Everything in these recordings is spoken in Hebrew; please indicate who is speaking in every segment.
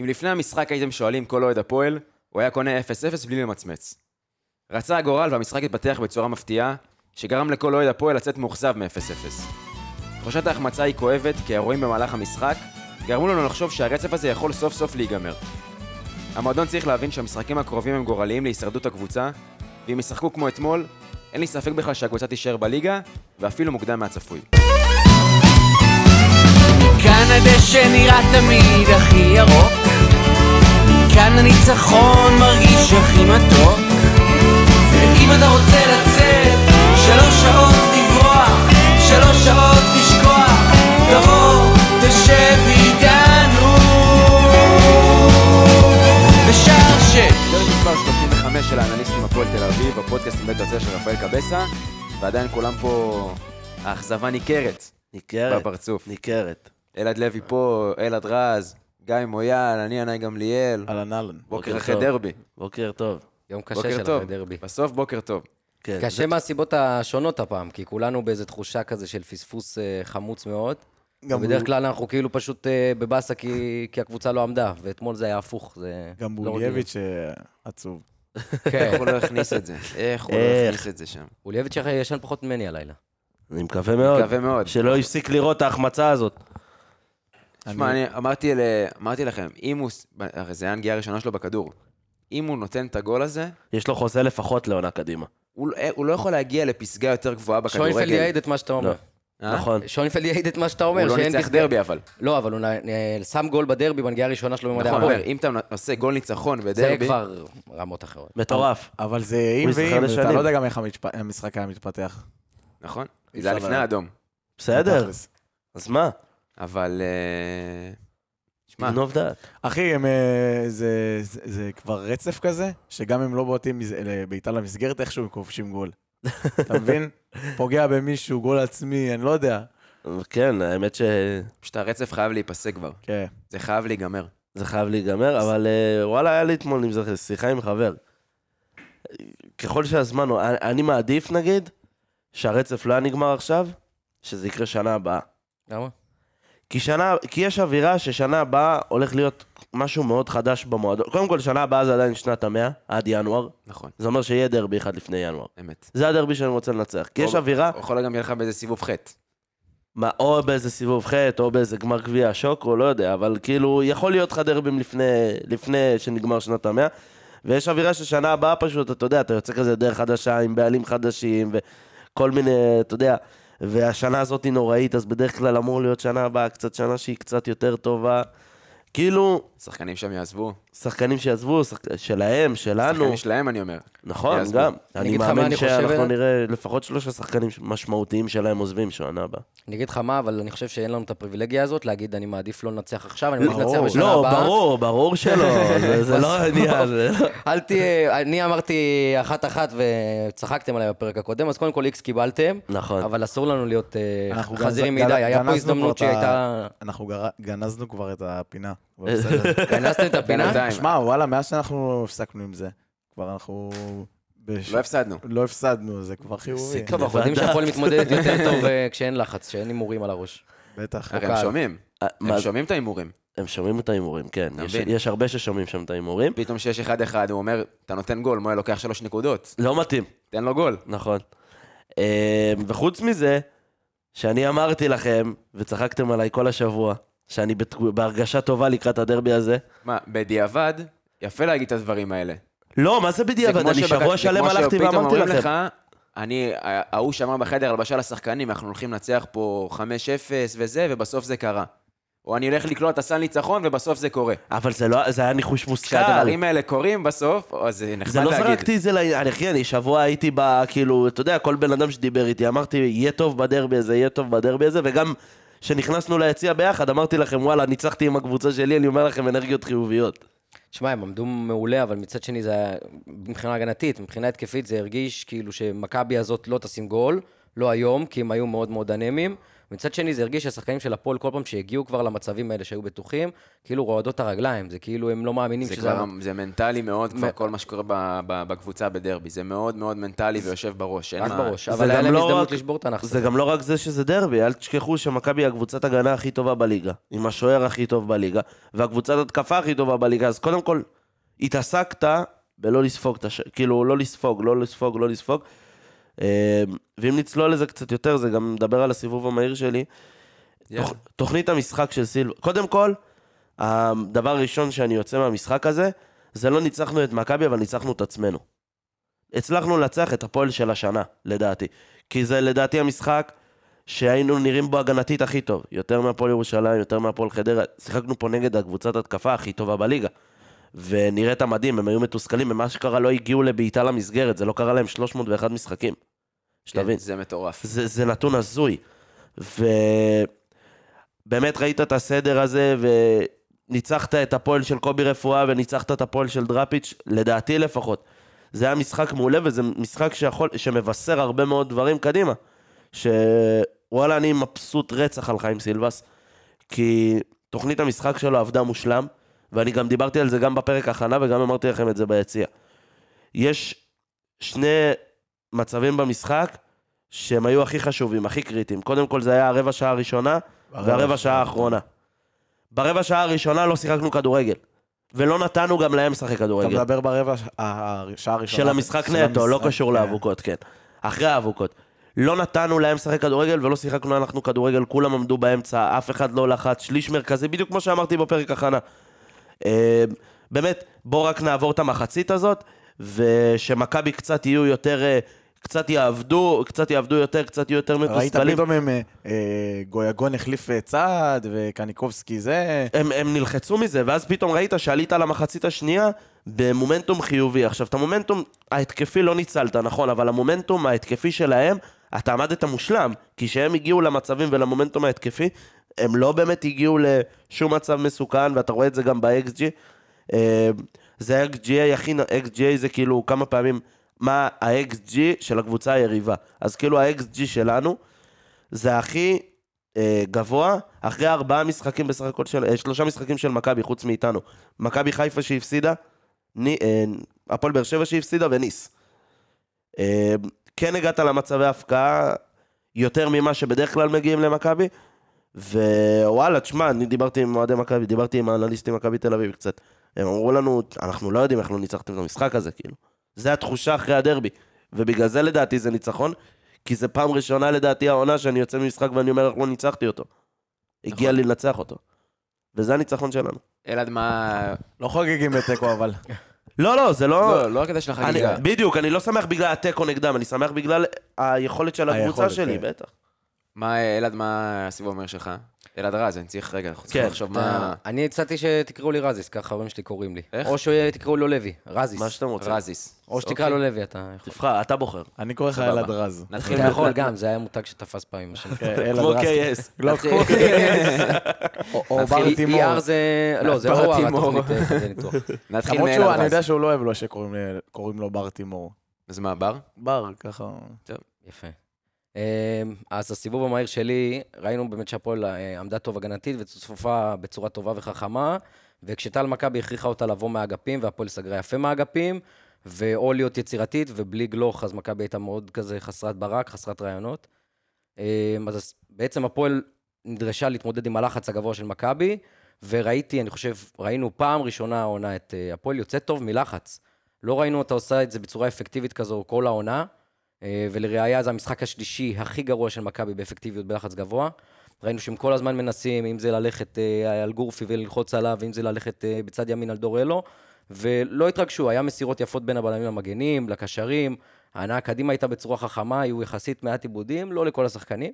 Speaker 1: אם לפני המשחק הייתם שואלים כל אוהד הפועל, הוא היה קונה 0-0 בלי למצמץ. רצה הגורל והמשחק התפתח בצורה מפתיעה, שגרם לכל אוהד הפועל לצאת מאוכזב מ-0-0. תחושת ההחמצה היא כואבת, כי האירועים במהלך המשחק גרמו לנו לחשוב שהרצף הזה יכול סוף סוף להיגמר. המועדון צריך להבין שהמשחקים הקרובים הם גורליים להישרדות הקבוצה, ואם ישחקו כמו אתמול, אין לי ספק בכלל שהקבוצה תישאר בליגה, ואפילו מוקדם מהצפוי.
Speaker 2: כאן הדשא נראה תמיד הכי ירוק, כאן הניצחון מרגיש הכי מתוק, ואם אתה רוצה לצאת, שלוש שעות לברוח, שלוש שעות לשכוח, תבוא, תשב איתנו, בשער ש...
Speaker 1: פרק מספר 35 של האנליסטים הפועל תל אביב, הפודקאסט עם בית יוצא של רפאל קבסה, ועדיין כולם פה, האכזבה ניכרת
Speaker 3: ניכרת,
Speaker 1: בפרצוף.
Speaker 3: ניכרת.
Speaker 1: אלעד לוי פה, אלעד רז, גיא מויאל, אני ינאי גמליאל,
Speaker 3: אהלן אהלן.
Speaker 1: בוקר
Speaker 3: בוקר
Speaker 1: אחרי
Speaker 3: טוב.
Speaker 1: דרבי.
Speaker 3: בוקר טוב.
Speaker 4: יום קשה
Speaker 1: בוקר
Speaker 4: שלנו
Speaker 1: טוב.
Speaker 4: בדרבי.
Speaker 1: בסוף בוקר טוב.
Speaker 3: כן.
Speaker 4: קשה מהסיבות השונות הפעם, כי כולנו באיזו תחושה כזה של פספוס אה, חמוץ מאוד.
Speaker 5: גם
Speaker 4: בדרך
Speaker 5: הוא-
Speaker 4: כלל אנחנו כאילו פשוט אה, בבאסה כי, כי הקבוצה לא עמדה, ואתמול זה היה הפוך. זה
Speaker 5: גם
Speaker 4: לא
Speaker 5: בולייביץ' אה, עצוב.
Speaker 4: רגיל. כן,
Speaker 1: איך הוא לא הכניס את זה? איך הוא לא
Speaker 3: איך?
Speaker 1: הכניס את זה שם?
Speaker 4: אוליאביץ' ישן פחות ממני הלילה.
Speaker 3: אני מקווה מאוד.
Speaker 1: מקווה מאוד.
Speaker 3: שלא הפסיק לראות את ההחמצה הזאת.
Speaker 1: תשמע, אני אמרתי ל- אמרתי לכם, אם הוא... ס- הרי זה היה הנגיעה הראשונה שלו בכדור. אם הוא נותן את הגול הזה,
Speaker 3: יש לו חוזה לפחות לעונה קדימה.
Speaker 1: הוא לא- הוא לא יכול להגיע לפסגה יותר גבוהה בכדורגל.
Speaker 4: שוינפלד יעיד את מה שאתה אומר.
Speaker 1: אה?
Speaker 3: נכון.
Speaker 4: שוינפלד יעיד את מה שאתה
Speaker 1: הוא
Speaker 4: אומר,
Speaker 1: לא
Speaker 4: שאין
Speaker 1: ניצח
Speaker 4: פסגה.
Speaker 1: דרבי אבל.
Speaker 4: לא, אבל הוא נ- אה, שם גול בדרבי בנגיעה הראשונה שלו במדעי
Speaker 1: נכון, אומר,
Speaker 4: הפועל.
Speaker 1: אם אתה עושה גול ניצחון
Speaker 4: זה
Speaker 1: בדרבי,
Speaker 4: כבר רמות אחרות.
Speaker 3: מטורף.
Speaker 5: אבל זה אם
Speaker 3: ישתחרר
Speaker 5: ואם, אתה
Speaker 3: לשנים.
Speaker 5: לא יודע גם איך המשפ- המשחק היה מתפתח.
Speaker 1: נכון?
Speaker 5: אי
Speaker 1: זה היה
Speaker 5: אפשר
Speaker 1: לפני
Speaker 5: לה-
Speaker 1: האדום.
Speaker 3: בסדר,
Speaker 5: בתכלס.
Speaker 3: אז מה?
Speaker 1: אבל... אה, שמע,
Speaker 3: גנוב דעת.
Speaker 5: אחי, הם, אה, זה- זה זה כבר רצף כזה, שגם אם לא בועטים מז- לבעיטה למסגרת, איכשהו הם כובשים גול. אתה מבין? פוגע במישהו, גול עצמי, אני לא יודע.
Speaker 3: כן, האמת שזה
Speaker 1: פשוט הרצף חייב להיפסק כבר.
Speaker 5: כן.
Speaker 1: זה חייב להיגמר.
Speaker 3: חייב להיגמר, אבל אה, וואלה, היה לי אתמול עם זה שיחה עם חבר. ככל שהזמן, הוא- אני- אני מעדיף נגיד, שהרצף לא היה נגמר עכשיו, שזה יקרה שנה הבאה.
Speaker 4: למה?
Speaker 3: כי, שנה, כי יש אווירה ששנה הבאה הולך להיות משהו מאוד חדש במועדון. קודם כל, שנה הבאה זה עדיין שנת המאה, עד ינואר.
Speaker 1: נכון,
Speaker 3: זה אומר שיהיה דרבי אחד לפני ינואר.
Speaker 1: אמת.
Speaker 3: זה הדרבי שאני רוצה לנצח. כי יש
Speaker 1: או-
Speaker 3: אווירה,
Speaker 1: הוא יכול גם יהיה לך באיזה סיבוב חטא.
Speaker 3: מה, או באיזה סיבוב חטא, או באיזה גמר גביע השוק, או לא יודע, אבל כאילו, יכול להיות לך דרבים לפני, לפני שנגמר שנת המאה. ויש אווירה ששנה הבאה פשוט, אתה יודע, אתה יוצא כזה דרך חדשה עם בעלים חדשים וכל מיני, אתה יודע, והשנה הזאת היא נוראית, אז בדרך כלל אמור להיות שנה הבאה קצת שנה שהיא קצת יותר טובה. כאילו,
Speaker 1: שחקנים שם יעזבו.
Speaker 3: שחקנים שיעזבו, שחק... שלהם, שלנו,
Speaker 1: שחקנים שלהם, אני אומר.
Speaker 3: נכון,
Speaker 1: יעזבו.
Speaker 3: גם.
Speaker 4: אני
Speaker 3: אני
Speaker 4: אגיד לך מה
Speaker 3: מאמין
Speaker 4: אני חושב,
Speaker 3: שאנחנו
Speaker 4: אלעד?
Speaker 3: נראה לפחות שלושה שחקנים משמעותיים שלהם עוזבים שנה הבאה.
Speaker 4: אני אגיד לך מה, אבל אני חושב שאין לנו את הפריבילגיה הזאת להגיד, אני מעדיף לא לנצח עכשיו, אני מעדיף
Speaker 5: ברור.
Speaker 4: לנצח בשנה
Speaker 3: לא,
Speaker 4: הבאה.
Speaker 3: ברור, ברור שלא, זה- זה לא העניין. זה לא-
Speaker 4: אל תהיה, אני אמרתי אחת-אחת וצחקתם עליי בפרק הקודם, אז קודם כל איקס קיבלתם,
Speaker 3: נכון.
Speaker 4: אבל אסור לנו להיות אה,
Speaker 5: אנחנו גם
Speaker 4: חזירים
Speaker 5: גנ-
Speaker 4: מדי, היה פה
Speaker 5: גנזנו כבר
Speaker 4: הזדמנות
Speaker 5: את ה-
Speaker 4: שהייתה...
Speaker 5: אנחנו גר- גנזנו כבר את הפינה. אבל בסדר.
Speaker 4: גנזתם את הפינה?
Speaker 1: בינתיים.
Speaker 5: שמע, וואלה, מאז שאנחנו הפסקנו עם זה, כבר אנחנו... בש-
Speaker 1: לא הפסדנו.
Speaker 5: לא הפסדנו, זה כבר חיובי.
Speaker 4: טוב, אנחנו יודעים שהפועל מתמודדת יותר טוב אה, כשאין לחץ, כשאין הימורים על הראש.
Speaker 5: בטח.
Speaker 1: הרי
Speaker 4: או
Speaker 1: הם
Speaker 4: קהל.
Speaker 1: שומעים.
Speaker 3: אה, מה
Speaker 1: הם
Speaker 3: זה-
Speaker 1: שומעים את ההימורים.
Speaker 3: הם שומעים את ההימורים, כן.
Speaker 1: אתה
Speaker 3: יש-
Speaker 1: מבין?
Speaker 3: יש הרבה ששומעים שם את ההימורים.
Speaker 1: פתאום שיש אחד אחד, הוא אומר, אתה נותן גול, מויה לוקח שלוש נקודות,
Speaker 3: לא מתאים,
Speaker 1: תן לו גול.
Speaker 3: נכון. אה, וחוץ מזה, שאני אמרתי לכם, וצחקתם עליי כל השבוע, שאני בתק- בהרגשה טובה לקראת הדרבי הזה.
Speaker 1: מה, בדיעבד, יפה להגיד את הדברים האלה.
Speaker 3: לא, מה זה
Speaker 1: זה
Speaker 3: בדיעבד?
Speaker 1: כמו
Speaker 3: אני
Speaker 1: שבק-
Speaker 3: שבוע
Speaker 1: זה
Speaker 3: שלם
Speaker 1: כמו
Speaker 3: הלכתי
Speaker 1: שפתאום
Speaker 3: ואמרתי
Speaker 1: אומרים
Speaker 3: לכם.
Speaker 1: אני, ההוא שאמר בחדר הלבשה לשחקנים, אנחנו הולכים לנצח פה 5-0 וזה, ובסוף זה קרה. או אני הולך לקלוע את הסל ניצחון, ובסוף זה קורה.
Speaker 3: אבל זה לא- זה היה ניחוש מושכל.
Speaker 1: כשהדברים האלה קורים בסוף, או, אז זה נחמד
Speaker 3: זה לא
Speaker 1: להגיד.
Speaker 3: זרקתי את זה לעניין, אחי, אני שבוע הייתי ב... כאילו, אתה יודע, כל בן אדם שדיבר איתי, אמרתי, יהיה טוב בדרבי הזה, יהיה טוב בדרבי הזה, וגם כשנכנסנו ליציע ביחד, אמרתי לכם, וואלה, ניצחתי עם הקבוצה שלי, אני אומר לכם, אנרגיות חיוביות.
Speaker 4: שמע, הם עמדו מעולה, אבל מצד שני זה היה, מבחינה הגנתית, מבחינה התקפית, זה הרגיש כאילו שמכבי הזאת לא תשים גול, לא היום, כי הם היו מאוד מאוד אנמיים, מצד שני, זה הרגיש שהשחקנים של הפועל, כל פעם שהגיעו כבר למצבים האלה שהיו בטוחים, כאילו רועדות את הרגליים, זה כאילו הם לא מאמינים
Speaker 1: זה
Speaker 4: שזה...
Speaker 1: כבר, זה מנטלי מאוד, כבר
Speaker 4: מ-
Speaker 1: כל מה שקורה ב- ב- בקבוצה בדרבי. זה מאוד מאוד מנטלי ויושב בראש. אין
Speaker 4: רק
Speaker 1: מה-
Speaker 4: בראש,
Speaker 3: זה
Speaker 4: אבל היה
Speaker 3: גם
Speaker 4: להם
Speaker 3: לא
Speaker 4: הזדמנות
Speaker 3: רק-
Speaker 4: לשבור את הנחס.
Speaker 3: זה גם לא רק זה שזה דרבי, אל תשכחו שמכבי היא הקבוצת הגנה הכי טובה בליגה, עם השוער הכי טוב בליגה, והקבוצת התקפה הכי טובה בליגה, אז קודם כל, התעסקת בלא לספוג, את הש... כאילו, לא לספוג, לא לספוג, לא לספוג. אה, ואם נצלול לזה קצת יותר, זה גם מדבר על הסיבוב המהיר שלי.
Speaker 1: יש.
Speaker 3: תוכ... תוכנית המשחק של סילבה, קודם כל, הדבר הראשון שאני יוצא מהמשחק הזה, זה לא ניצחנו את מכבי, אבל ניצחנו את עצמנו. הצלחנו לנצח את הפועל של השנה, לדעתי. כי זה לדעתי המשחק שהיינו נראים בו הגנתית הכי טוב. יותר מהפועל ירושלים, יותר מהפועל חדרה. שיחקנו פה נגד הקבוצת התקפה הכי טובה בליגה. ונראית מדהים, הם היו מתוסכלים, ממה שקרה לא הגיעו לבעיטה למסגרת, זה לא קרה להם 301 משחקים.
Speaker 1: כן,
Speaker 3: שתבין.
Speaker 1: זה מטורף.
Speaker 3: זה, זה נתון הזוי. ובאמת ראית את הסדר הזה, וניצחת את הפועל של קובי רפואה, וניצחת את הפועל של דראפיץ', לדעתי לפחות. זה היה משחק מעולה, וזה משחק שיכול, שמבשר הרבה מאוד דברים קדימה. שוואלה, אני מבסוט רצח על חיים סילבס, כי תוכנית המשחק שלו עבדה מושלם, ואני גם דיברתי על זה גם בפרק הכנה, וגם אמרתי לכם את זה ביציע. יש שני מצבים במשחק שהם היו הכי חשובים, הכי קריטיים. קודם כל זה היה הרבע שעה הראשונה והרבע שעה האחרונה. ברבע שעה הראשונה לא שיחקנו כדורגל, ולא נתנו גם להם לשחק
Speaker 5: אתה
Speaker 3: כדורגל.
Speaker 5: מדבר ברבע ש- ה- השעה הראשונה.
Speaker 3: של המשחק נטו, לא
Speaker 5: המשחק,
Speaker 3: קשור
Speaker 5: כן.
Speaker 3: לאבוקות, כן. אחרי האבוקות. לא נתנו להם לשחק כדורגל ולא שיחקנו אנחנו כדורגל, כולם עמדו באמצע, אף אחד לא לחץ, שליש מרכזי, בדיוק כמו שאמרתי בפרק הכנה. אה, באמת, בואו רק נעבור את המחצית הזאת, ושמכבי קצת יהיו יותר, אה, קצת יעבדו, קצת יעבדו יותר, קצת יהיו יותר
Speaker 5: ראית
Speaker 3: מתוסכלים.
Speaker 5: פתאום הם, אה, אה, גויגון החליף אה, צעד, וקניקובסקי זה,
Speaker 3: הם, הם נלחצו מזה, ואז פתאום ראית שעלית למחצית השנייה במומנטום חיובי. עכשיו, את המומנטום ההתקפי לא ניצלת, נכון, אבל המומנטום ההתקפי שלהם, אתה עמדת מושלם, כי כשהם הגיעו למצבים ולמומנטום ההתקפי, הם לא באמת הגיעו לשום מצב מסוכן, ואתה רואה את זה גם ב-XG. אה, זה ה-XG היחיד, XG זה כאילו כמה פעמים, מה ה-XG של הקבוצה היריבה. אז כאילו ה-XG שלנו, זה הכי אה, גבוה, אחרי ארבעה משחקים בסך הכל של, אה, שלושה משחקים של מכבי, חוץ מאיתנו. מכבי חיפה שהפסידה, ני, אה, הפועל באר שבע שהפסידה וניס. אה, כן הגעת למצבי הפקעה יותר ממה שבדרך כלל מגיעים למכבי, ווואלה, תשמע, אני דיברתי עם אוהדי מכבי, דיברתי עם האנליסטים מכבי תל אביב קצת. הם אמרו לנו, אנחנו לא יודעים איך לא ניצחתם את המשחק הזה, כאילו. זה התחושה אחרי הדרבי, ובגלל זה לדעתי זה ניצחון, כי זה פעם ראשונה לדעתי העונה שאני יוצא ממשחק ואני אומר, איך לא ניצחתי אותו. הגיע לי לנצח אותו. וזה הניצחון שלנו.
Speaker 1: אלעד, מה...
Speaker 5: לא חוגגים בתיקו אבל.
Speaker 3: לא, לא, זה לא...
Speaker 1: לא, לא הקטע של
Speaker 3: אני,
Speaker 1: החגיגה.
Speaker 3: בדיוק, אני לא שמח בגלל התיקו נגדם, אני שמח בגלל היכולת של הקבוצה
Speaker 5: היכולת,
Speaker 3: שלי,
Speaker 5: כן.
Speaker 3: בטח.
Speaker 1: מה, אלעד, מה הסיבוב אומר שלך? אלעד רז, אני צריך רגע, אנחנו צריכים
Speaker 3: כן,
Speaker 1: לחשוב
Speaker 4: אתה-
Speaker 1: מה...
Speaker 4: אני הצעתי שתקראו לי רזיס, ככה ההורים שלי קוראים לי.
Speaker 1: איך?
Speaker 4: או שתקראו לו לוי, רזיס.
Speaker 3: מה שאתם רוצים.
Speaker 5: אוקיי.
Speaker 1: רזיס.
Speaker 4: או שתקרא
Speaker 1: אוקיי.
Speaker 4: לו לוי, אתה יכול.
Speaker 3: תבחר, אתה בוחר.
Speaker 5: אני קורא לך
Speaker 1: סבבה.
Speaker 5: אלעד רז.
Speaker 1: נתחיל
Speaker 4: אתה יכול
Speaker 1: מ...
Speaker 4: גם, זה היה מותג שתפס פעמים. השם.
Speaker 5: כן, אלעד
Speaker 3: כמו
Speaker 5: רז.
Speaker 3: KS.
Speaker 5: לא, כמו או- או בר תימור.
Speaker 4: ER זה... לא, זה
Speaker 1: בר
Speaker 4: אור
Speaker 1: תימור.
Speaker 4: התוכנית, אה, זה ניתוח.
Speaker 1: נתחיל
Speaker 5: למרות שהוא, אני
Speaker 1: מאלעד
Speaker 5: יודע
Speaker 1: רז.
Speaker 5: שהוא לא אוהב לו שקוראים ל- קוראים לו בר תימור.
Speaker 1: אז מה, בר?
Speaker 5: בר, ככה.
Speaker 4: יפה. אמ, אז הסיבוב המהיר שלי, ראינו באמת שהפועל אה, עמדה טוב הגנתית וצפופה בצורה טובה וחכמה, וכשטל מכבי הכריחה אותה לבוא מהאגפים, והפועל סגרה יפה מהאגפים, ואו להיות יצירתית, ובלי גלוך, אז מכבי הייתה מאוד כזה חסרת ברק, חסרת רעיונות. אמ, אז הס- בעצם הפועל נדרשה להתמודד עם הלחץ הגבוה של מכבי, וראיתי, אני חושב, ראינו פעם ראשונה העונה את אה, הפועל יוצאת טוב מלחץ. לא ראינו אותה עושה את זה בצורה אפקטיבית כזו כל העונה. אה, ולראיה זה המשחק השלישי הכי גרוע של מכבי באפקטיביות בלחץ גבוה. ראינו שהם כל הזמן מנסים, אם זה ללכת אה, על גורפי וללחוץ עליו, אם זה ללכת אה, בצד ימין על דורלו, ולא התרגשו, היה מסירות יפות בין הבלמים למגנים, לקשרים, ההנעה קדימה הייתה בצורה חכמה, היו יחסית מעט עיבודים, לא לכל השחקנים.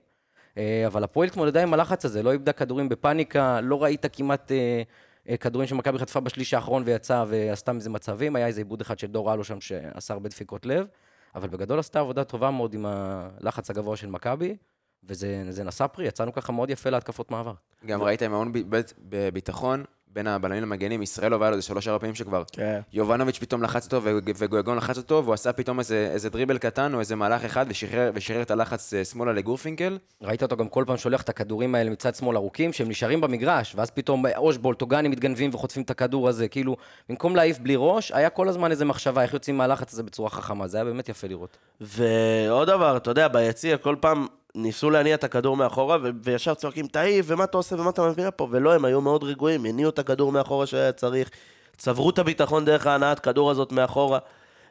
Speaker 4: אה, אבל הפועל התמודדה עם הלחץ הזה, לא איבדה כדורים בפאניקה, לא ראית כמעט אה, אה, כדורים שמכבי חטפה בשליש האחרון ויצאה ועשתה מזה מצבים, היה איזה עיבוד אחד של דור אלו שם שעשה הרבה דפיקות לב, אבל בגדול עשתה עבודה טובה מאוד עם הלחץ הגבוה של מכבי, וזה זה נשא פרי, יצאנו ככה מאוד יפה להתקפות מעבר.
Speaker 1: גם ראית עם המון ב- בית- בביטחון, בין הבלמים למגנים, ישראלוב היה לו איזה שלוש-ארבע פעמים שכבר
Speaker 5: כן.
Speaker 1: יובנוביץ' פתאום לחץ אותו ו- וגויגון לחץ אותו, והוא עשה פתאום איזה, איזה דריבל קטן או איזה מהלך אחד ושחרר, ושחרר את הלחץ אה, שמאלה לגורפינקל.
Speaker 4: ראית אותו גם כל פעם שולח את הכדורים האלה מצד שמאל ארוכים, שהם נשארים במגרש, ואז פתאום אושבולט או גני מתגנבים וחוטפים את הכדור הזה, כאילו, במקום להעיף בלי ראש, היה כל הזמן איזה מחשבה איך יוצאים מהלחץ הזה בצורה חכמה, זה היה באמת יפה לראות.
Speaker 3: ועוד דבר, אתה יודע, ביציע כל פעם ניסו להניע את הכדור מאחורה, ו- וישר צועקים, תעיף, ומה אתה עושה ומה אתה מביא לפה? ולא, הם היו מאוד רגועים, הניעו את הכדור מאחורה שהיה צריך, צברו את הביטחון דרך ההנעת כדור הזאת מאחורה.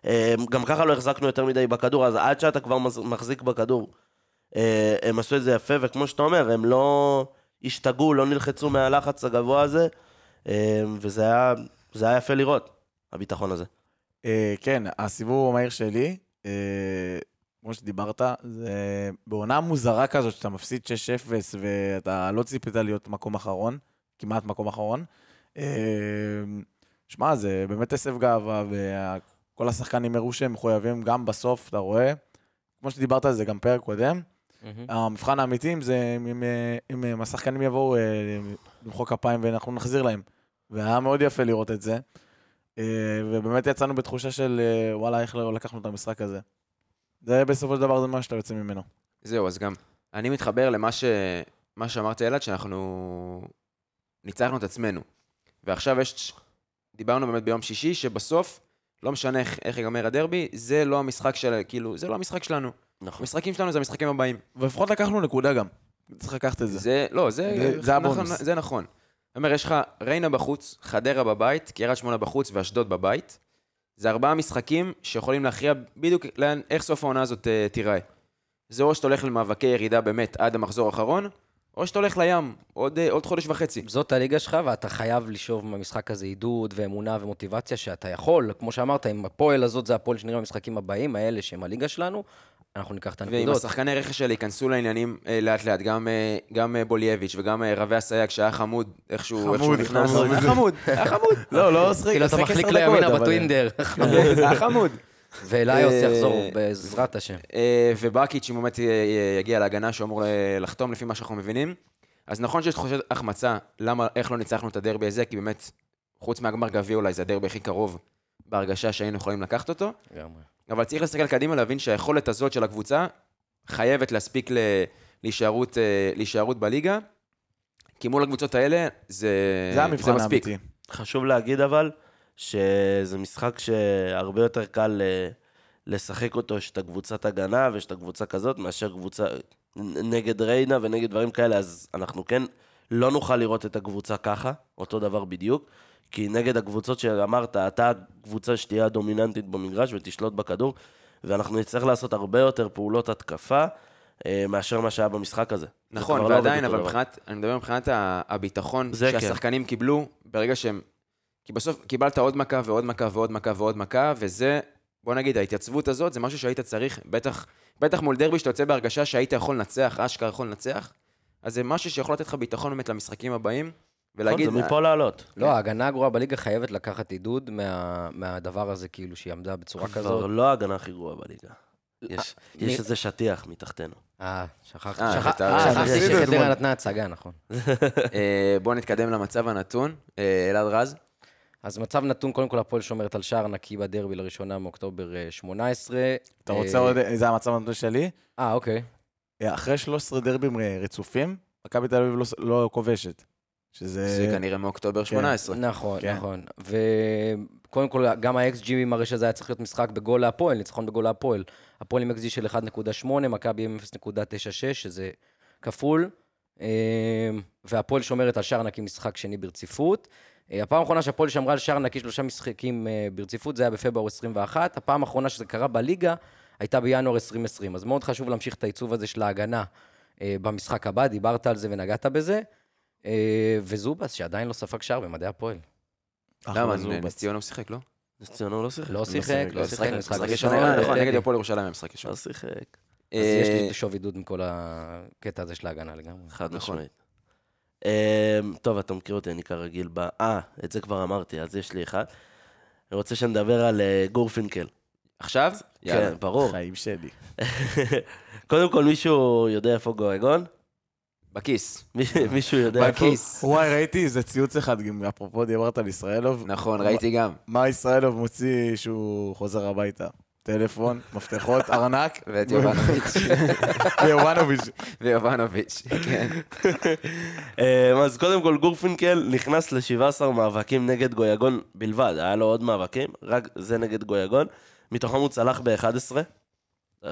Speaker 3: אה, גם ככה לא החזקנו יותר מדי בכדור, אז עד שאתה כבר מז- מחזיק בכדור. אה, הם עשו את זה יפה, וכמו שאתה אומר, הם לא השתגעו, לא נלחצו מהלחץ הגבוה הזה, אה, וזה היה, זה היה יפה לראות, הביטחון הזה.
Speaker 5: אה, כן, הסיבוב המהיר שלי, אה, כמו שדיברת, זה בעונה מוזרה כזאת שאתה מפסיד 6-0 ואתה לא ציפית להיות מקום אחרון, כמעט מקום אחרון. אה, שמע, זה באמת עשב גאווה, וכל השחקנים הראו שהם מחויבים גם בסוף, אתה רואה? כמו שדיברת על זה גם פרק קודם, המבחן האמיתי אם זה אם, אם, אם, אם השחקנים יבואו אה, למחוא כפיים ואנחנו נחזיר להם. והיה מאוד יפה לראות את זה. אה, ובאמת יצאנו בתחושה של אה, וואלה, איך לא לקחנו את המשחק הזה. זה בסופו של דבר זה מה שאתה יוצא ממנו.
Speaker 1: זהו, אז גם. אני מתחבר למה ש... מה שאמרתי, אלעד, שאנחנו ניצחנו את עצמנו. ועכשיו יש... דיברנו באמת ביום שישי, שבסוף, לא משנה איך, איך ייגמר הדרבי, זה לא המשחק של... כאילו, זה לא המשחק שלנו.
Speaker 3: נכון.
Speaker 1: המשחקים שלנו זה המשחקים הבאים.
Speaker 5: ולפחות לקחנו נקודה גם. צריך לקחת את זה.
Speaker 1: זה, לא, זה,
Speaker 5: זה- זה
Speaker 1: נכון,
Speaker 5: הבונוס.
Speaker 1: זה נכון. אני אומר, יש לך ריינה בחוץ, חדרה בבית, קריית שמונה בחוץ ואשדוד בבית. זה ארבעה משחקים שיכולים להכריע בדיוק לאן, איך סוף העונה הזאת אה, תיראה. זה או שאתה הולך למאבקי ירידה באמת עד המחזור האחרון, או שאתה הולך לים עוד, אה, עוד חודש וחצי.
Speaker 4: זאת הליגה שלך, ואתה חייב לשאוב מהמשחק הזה עידוד ואמונה ומוטיבציה שאתה יכול, כמו שאמרת, אם הפועל הזאת זה הפועל שנראה במשחקים הבאים, האלה שהם הליגה שלנו, אנחנו ניקח את
Speaker 1: ואם
Speaker 4: הנקודות.
Speaker 1: השחקני רכש האלה ייכנסו לעניינים אה, לאט לאט, גם, אה, גם אה, בולייביץ' וגם אה, רבי אסייג, שהיה חמוד איכשהו, איכשהו
Speaker 5: חמוד,
Speaker 1: נכנס.
Speaker 5: חמוד.
Speaker 1: היה חמוד, היה חמוד.
Speaker 5: לא, לא, שחק
Speaker 4: כאילו אתה
Speaker 5: שחק
Speaker 4: מחליק
Speaker 5: עשר דקות,
Speaker 4: לימינה
Speaker 5: אבל-
Speaker 4: בטווינדר.
Speaker 1: היה אה, חמוד.
Speaker 4: ואליוס
Speaker 1: אה,
Speaker 4: יחזור בעזרת השם.
Speaker 1: אה, ובקיץ', אם באמת אה, אה, יגיע להגנה, שהוא אמור אה, לחתום לפי מה שאנחנו מבינים. אז נכון שיש תחושת החמצה, למה, איך לא ניצחנו את הדרבי הזה, כי באמת, חוץ מהגמר גביע אולי, זה הדרבי הכי קרוב בהרגשה שהיינו יכולים לקחת אותו. אבל צריך להסתכל קדימה, להבין שהיכולת הזאת של הקבוצה חייבת להספיק ל... להישארות, אה, להישארות בליגה, כי מול הקבוצות האלה זה,
Speaker 5: זה המבחן
Speaker 1: מספיק.
Speaker 5: האמיתי.
Speaker 3: חשוב להגיד אבל, שזה משחק שהרבה יותר קל אה, לשחק אותו, שאתה קבוצת הגנה ושאתה קבוצה כזאת, מאשר קבוצה נ- נגד ריינה ונגד דברים כאלה, אז אנחנו כן לא נוכל לראות את הקבוצה ככה, אותו דבר בדיוק, כי נגד הקבוצות שאמרת, אתה הקבוצה שתהיה הדומיננטית במגרש ותשלוט בכדור, ואנחנו נצטרך לעשות הרבה יותר פעולות התקפה. אה, מאשר מה שהיה במשחק הזה. זה
Speaker 1: נכון,
Speaker 3: כבר לא עובד
Speaker 1: ועדיין,
Speaker 3: אותו
Speaker 1: אבל
Speaker 3: דבר.
Speaker 1: מבחינת, אני מדבר מבחינת ה- הביטחון
Speaker 3: זה כן.
Speaker 1: שהשחקנים קיבלו, ברגע שהם... כי בסוף קיבלת עוד מכה ועוד מכה ועוד מכה ועוד מכה, וזה, בוא נגיד, ההתייצבות הזאת זה משהו שהיית צריך, בטח, בטח מול דרבי שאתה יוצא בהרגשה שהיית יכול לנצח, אשכרה יכול לנצח, אז זה משהו שיכול לתת לך ביטחון באמת למשחקים הבאים, ולהגיד...
Speaker 3: נכון, זה מפה לעלות.
Speaker 4: לא, ההגנה הגרועה בליגה חייבת לקחת עידוד מה- מהדבר הזה, כאילו, שהיא עמדה בצורה
Speaker 3: כבר
Speaker 4: כזאת.
Speaker 3: לא ההגנה הכי גרועה בליגה. יש-
Speaker 4: מי-
Speaker 3: יש איזה שטיח מתחתנו.
Speaker 4: אה, שכחתי,
Speaker 1: אה,
Speaker 4: שכח-
Speaker 1: אתה-
Speaker 4: שכחתי
Speaker 5: עשינו את זה.
Speaker 4: שחדרה נתנה הצגה, נכון.
Speaker 1: אה, בואו נתקדם למצב הנתון, אה, אלעד רז.
Speaker 4: אז מצב נתון, קודם כל הפועל שומרת על שער נקי בדרבי לראשונה מאוקטובר אה, 18.
Speaker 5: אתה
Speaker 4: אה,
Speaker 5: רוצה עוד, זה המצב הנתון שלי.
Speaker 4: אה, אוקיי.
Speaker 5: אה, אחרי 13 דרבים אה, רצופים, מכבי תל אביב לא ס- לא כובשת. שזה...
Speaker 1: זה כנראה מאוקטובר 18.
Speaker 4: נכון,
Speaker 5: כן.
Speaker 4: נכון. וקודם כל, גם ה-XG מראה שזה היה צריך להיות משחק בגול להפועל, ניצחון בגול להפועל. הפועל עם XG של 1.8, מכבי עם 0.96, שזה כפול. אמ, והפועל שומרת על שער נקי משחק שני ברציפות. אה, הפעם האחרונה שהפועל שמרה על שער נקי שלושה משחקים אה, ברציפות, זה היה בפברואר 21. הפעם האחרונה שזה קרה בליגה הייתה בינואר 2020. אז מאוד חשוב להמשיך את העיצוב הזה של ההגנה אה, במשחק הבא, דיברת על זה ונגעת בזה. אה, וזובס, שעדיין לא ספג שער במדעי הפועל.
Speaker 5: אחלה
Speaker 1: למה? אה,
Speaker 5: זובץ.
Speaker 1: נס ציונה הוא שיחק, לא?
Speaker 3: נס ציונה הוא לא שיחק.
Speaker 4: לא שיחק, לא שיחק במשחק
Speaker 1: משחק
Speaker 4: הראשון.
Speaker 1: ראשון,
Speaker 3: ראשון,
Speaker 1: נכון,
Speaker 4: אה,
Speaker 1: נגד הפועל ירושלים המשחק ראשון. אה,
Speaker 3: לא שיחק.
Speaker 4: אז יש לי שוב עידוד מכל הקטע הזה של ההגנה לגמרי.
Speaker 3: אה, חד
Speaker 1: נכון.
Speaker 3: משמעית. אמ, טוב, אתה מכיר אותי, אני כרגיל ב... אה, את זה כבר אמרתי, אז יש לי אחד. אני רוצה שנדבר על אה, גורפינקל.
Speaker 1: עכשיו? יאללה.
Speaker 3: כן, ברור.
Speaker 5: חיים שלי.
Speaker 3: קודם כל, מישהו יודע איפה גויגון?
Speaker 1: בכיס.
Speaker 3: מי- מישהו יודע איפה?
Speaker 1: בכיס.
Speaker 5: וואי, ראיתי איזה ציוץ אחד, גם אפרופו דיברת על ישראלוב,
Speaker 1: נכון, ראיתי גם.
Speaker 5: מה ישראלוב מוציא שהוא חוזר הביתה? טלפון, מפתחות, ארנק,
Speaker 1: ואת יובנוביץ'.
Speaker 5: ויובנוביץ'.
Speaker 1: ויובנוביץ', כן.
Speaker 3: אמ, אז קודם כל, גורפינקל נכנס ל-17 מאבקים נגד גויגון בלבד. היה לו עוד מאבקים, רק זה נגד גויגון. מתוכם הוא צלח ב-11. אה,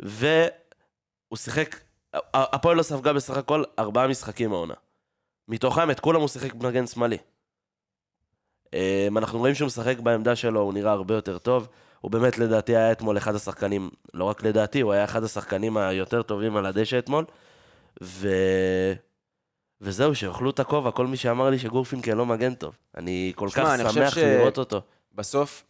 Speaker 3: והוא שיחק, ה- הפועל לא ספגה בסך הכל ארבעה משחקים העונה. מתוכם את כולם הוא שיחק מגן שמאלי. אמ, אנחנו רואים שהוא משחק בעמדה שלו, הוא נראה הרבה יותר טוב. הוא באמת לדעתי היה אתמול אחד השחקנים, לא רק לדעתי, הוא היה אחד השחקנים היותר טובים על הדשא אתמול. ו... וזהו, שיאכלו את הכובע, כל מי שאמר לי שגורפינקל לא מגן טוב. אני כל
Speaker 1: שמע,
Speaker 3: כך
Speaker 1: אני חושב
Speaker 3: שמח
Speaker 1: ש-
Speaker 3: לראות אותו.
Speaker 1: בסוף,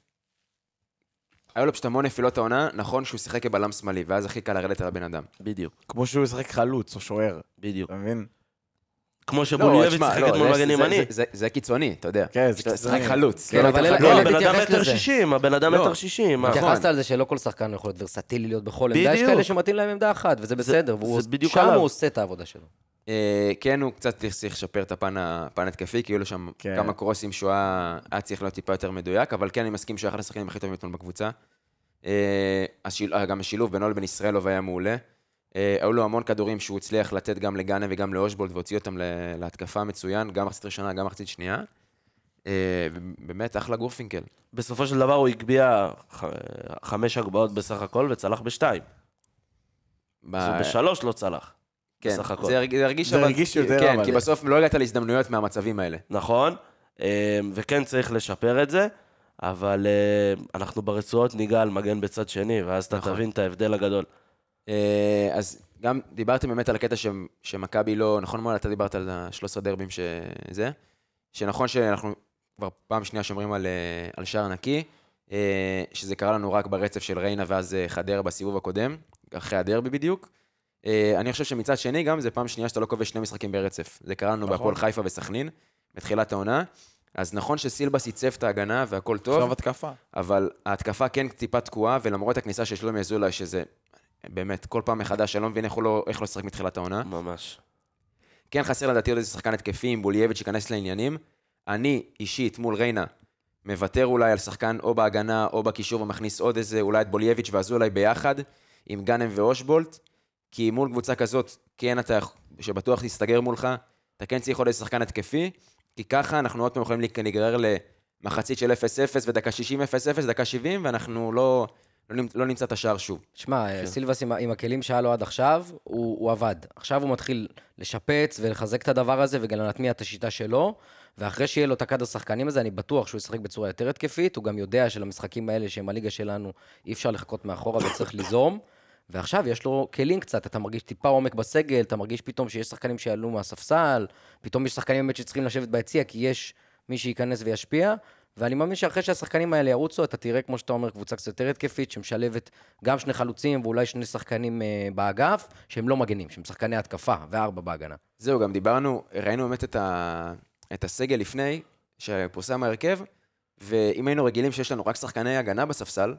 Speaker 1: היו לו פשוט המון נפילות העונה, נכון שהוא שיחק כבלם שמאלי, ואז הכי קל לרדת על הבן אדם.
Speaker 3: בדיוק,
Speaker 5: כמו שהוא ישחק חלוץ או שוער,
Speaker 3: בדיוק.
Speaker 5: אתה מבין?
Speaker 3: כמו שבוליאביץ'
Speaker 1: תשמע,
Speaker 3: שיחק
Speaker 1: לא,
Speaker 3: אתמול
Speaker 1: זה-
Speaker 3: מגן
Speaker 1: זה-
Speaker 3: ימני.
Speaker 1: זה- זה- זה קיצוני, אתה יודע.
Speaker 5: כן, זה
Speaker 1: שאתה
Speaker 5: קיצוני.
Speaker 1: משחק חלוץ.
Speaker 4: כן,
Speaker 1: לא
Speaker 4: אבל
Speaker 1: היית
Speaker 4: אלה-
Speaker 1: חלוץ.
Speaker 4: אלה-
Speaker 3: לא,
Speaker 4: לא,
Speaker 3: הבן אדם
Speaker 4: תתייחס
Speaker 3: מטר
Speaker 4: לזה.
Speaker 3: שישים, הבן אדם
Speaker 1: לא.
Speaker 3: מטר שישים. מה?
Speaker 4: התייחסת על זה שלא כל שחקן יכול להיות ורסטילי להיות בכל עמדה, יש
Speaker 3: נכון. בדיוק.
Speaker 4: כאלה שמתאים להם עמדה אחת, וזה בסדר, והוא-
Speaker 3: זה בדיוק
Speaker 4: שם
Speaker 3: עליו.
Speaker 4: הוא עושה את העבודה שלו.
Speaker 1: אה, כן, הוא קצת צריך לשפר את הפן ה- הפן התקפי, כי היו לו שם
Speaker 5: כן.
Speaker 1: כמה קרוסים שהוא היה היה צריך להיות טיפה יותר מדויק, אבל כן, אני מסכים שהוא היה אחד השחקנים הכי טובים אתמול בקבוצה. אה, השיל- אה, גם השילוב בינו לבין ישראלוב היה מעולה. אה, היו לו המון כדורים שהוא הצליח לתת גם לגאנה וגם לאושבולד, והוציא אותם ל- להתקפה מצוין, גם מחצית ראשונה, גם מחצית שנייה. אה, באמת, אחלה גורפינקל.
Speaker 3: בסופו של דבר הוא הגביה ח- חמש הגבהות בסך הכל וצלח בשתיים. אז הוא
Speaker 1: ב-
Speaker 3: בשלוש לא צלח.
Speaker 1: כן,
Speaker 3: בסך הכל.
Speaker 1: זה הרג- הרגיש
Speaker 5: זה
Speaker 1: אבל-
Speaker 5: הרגיש יותר,
Speaker 1: כן,
Speaker 5: אבל-
Speaker 1: כי בסוף לא הגעת להזדמנויות מהמצבים האלה.
Speaker 3: נכון, אמ, וכן צריך לשפר את זה, אבל אמ, אנחנו ברצועות ניגע על מגן בצד שני, ואז אתה
Speaker 1: נכון.
Speaker 3: תבין את ההבדל הגדול.
Speaker 1: אה, אז גם דיברתם באמת על הקטע ש- שמכבי לא, נכון מואל, אתה דיברת על ה-13 דרבים שזה, שנכון שאנחנו כבר פעם שנייה שומרים על, אה, על שער נקי, אה, שזה קרה לנו רק ברצף של ריינה ואז אה, חדרה בסיבוב הקודם, אחרי הדרבי בדיוק. אה, אני חושב שמצד שני גם זה פעם שנייה שאתה לא כובש שני משחקים ברצף. זה קרה לנו
Speaker 5: נכון.
Speaker 1: בהפועל חיפה וסכנין, בתחילת העונה. אז נכון שסילבס עיצב את ההגנה והכל טוב.
Speaker 5: עכשיו התקפה.
Speaker 1: אבל ההתקפה כן טיפה תקועה, ולמרות הכניסה של שלומי אזולאי, שזה באמת כל פעם מחדש, אני לא מבין איך הוא לא, איך לא שחק מתחילת העונה.
Speaker 3: אה? ממש.
Speaker 1: כן חסר לדעתי עוד איזה שחקן התקפי עם בולייביץ' שייכנס לעניינים. אני אישית מול ריינה מוותר אולי על שחקן או בהגנה או בקישור ומכניס עוד איזה, אולי את בולייביץ' ואזולאי ביחד, עם גאנם ואושבולט, כי מול קבוצה כזאת, כן אתה, יכ- שבטוח תסתגר מולך, אתה כן צריך עוד איזה שחקן התקפי, כי ככה אנחנו עוד פעם יכולים להיק- להיגרר למחצית של 0-0 ודקה 60 0-0, דקה 70, ואנחנו לא, לא, נמצ- לא נמצא את השער שוב.
Speaker 4: שמע, אה, סילבס עם, ה- עם הכלים שהיה לו עד עכשיו, הוא, הוא עבד. עכשיו הוא מתחיל לשפץ ולחזק את הדבר הזה וגם להטמיע את השיטה שלו, ואחרי שיהיה לו את הכד השחקנים הזה, אני בטוח שהוא ישחק בצורה יותר התקפית, הוא גם יודע שלמשחקים האלה שהם הליגה שלנו, אי אפשר לחכות מאחורה וצריך ליזום. ועכשיו יש לו כלים קצת, אתה מרגיש טיפה עומק בסגל, אתה מרגיש פתאום שיש שחקנים שיעלו מהספסל, פתאום יש שחקנים באמת שצריכים לשבת ביציע, כי יש מי שייכנס וישפיע, ואני מאמין שאחרי שהשחקנים האלה ירוצו, אתה תראה, כמו שאתה אומר, קבוצה קצת יותר התקפית, שמשלבת גם שני חלוצים ואולי שני שחקנים אה, באגף, שהם לא מגנים, שהם שחקני התקפה, וארבע בהגנה.
Speaker 1: זהו, גם דיברנו, ראינו באמת את, ה... את הסגל לפני, שפורסם ההרכב, ואם היינו רגילים שיש לנו רק שחקני הגנה בספסל,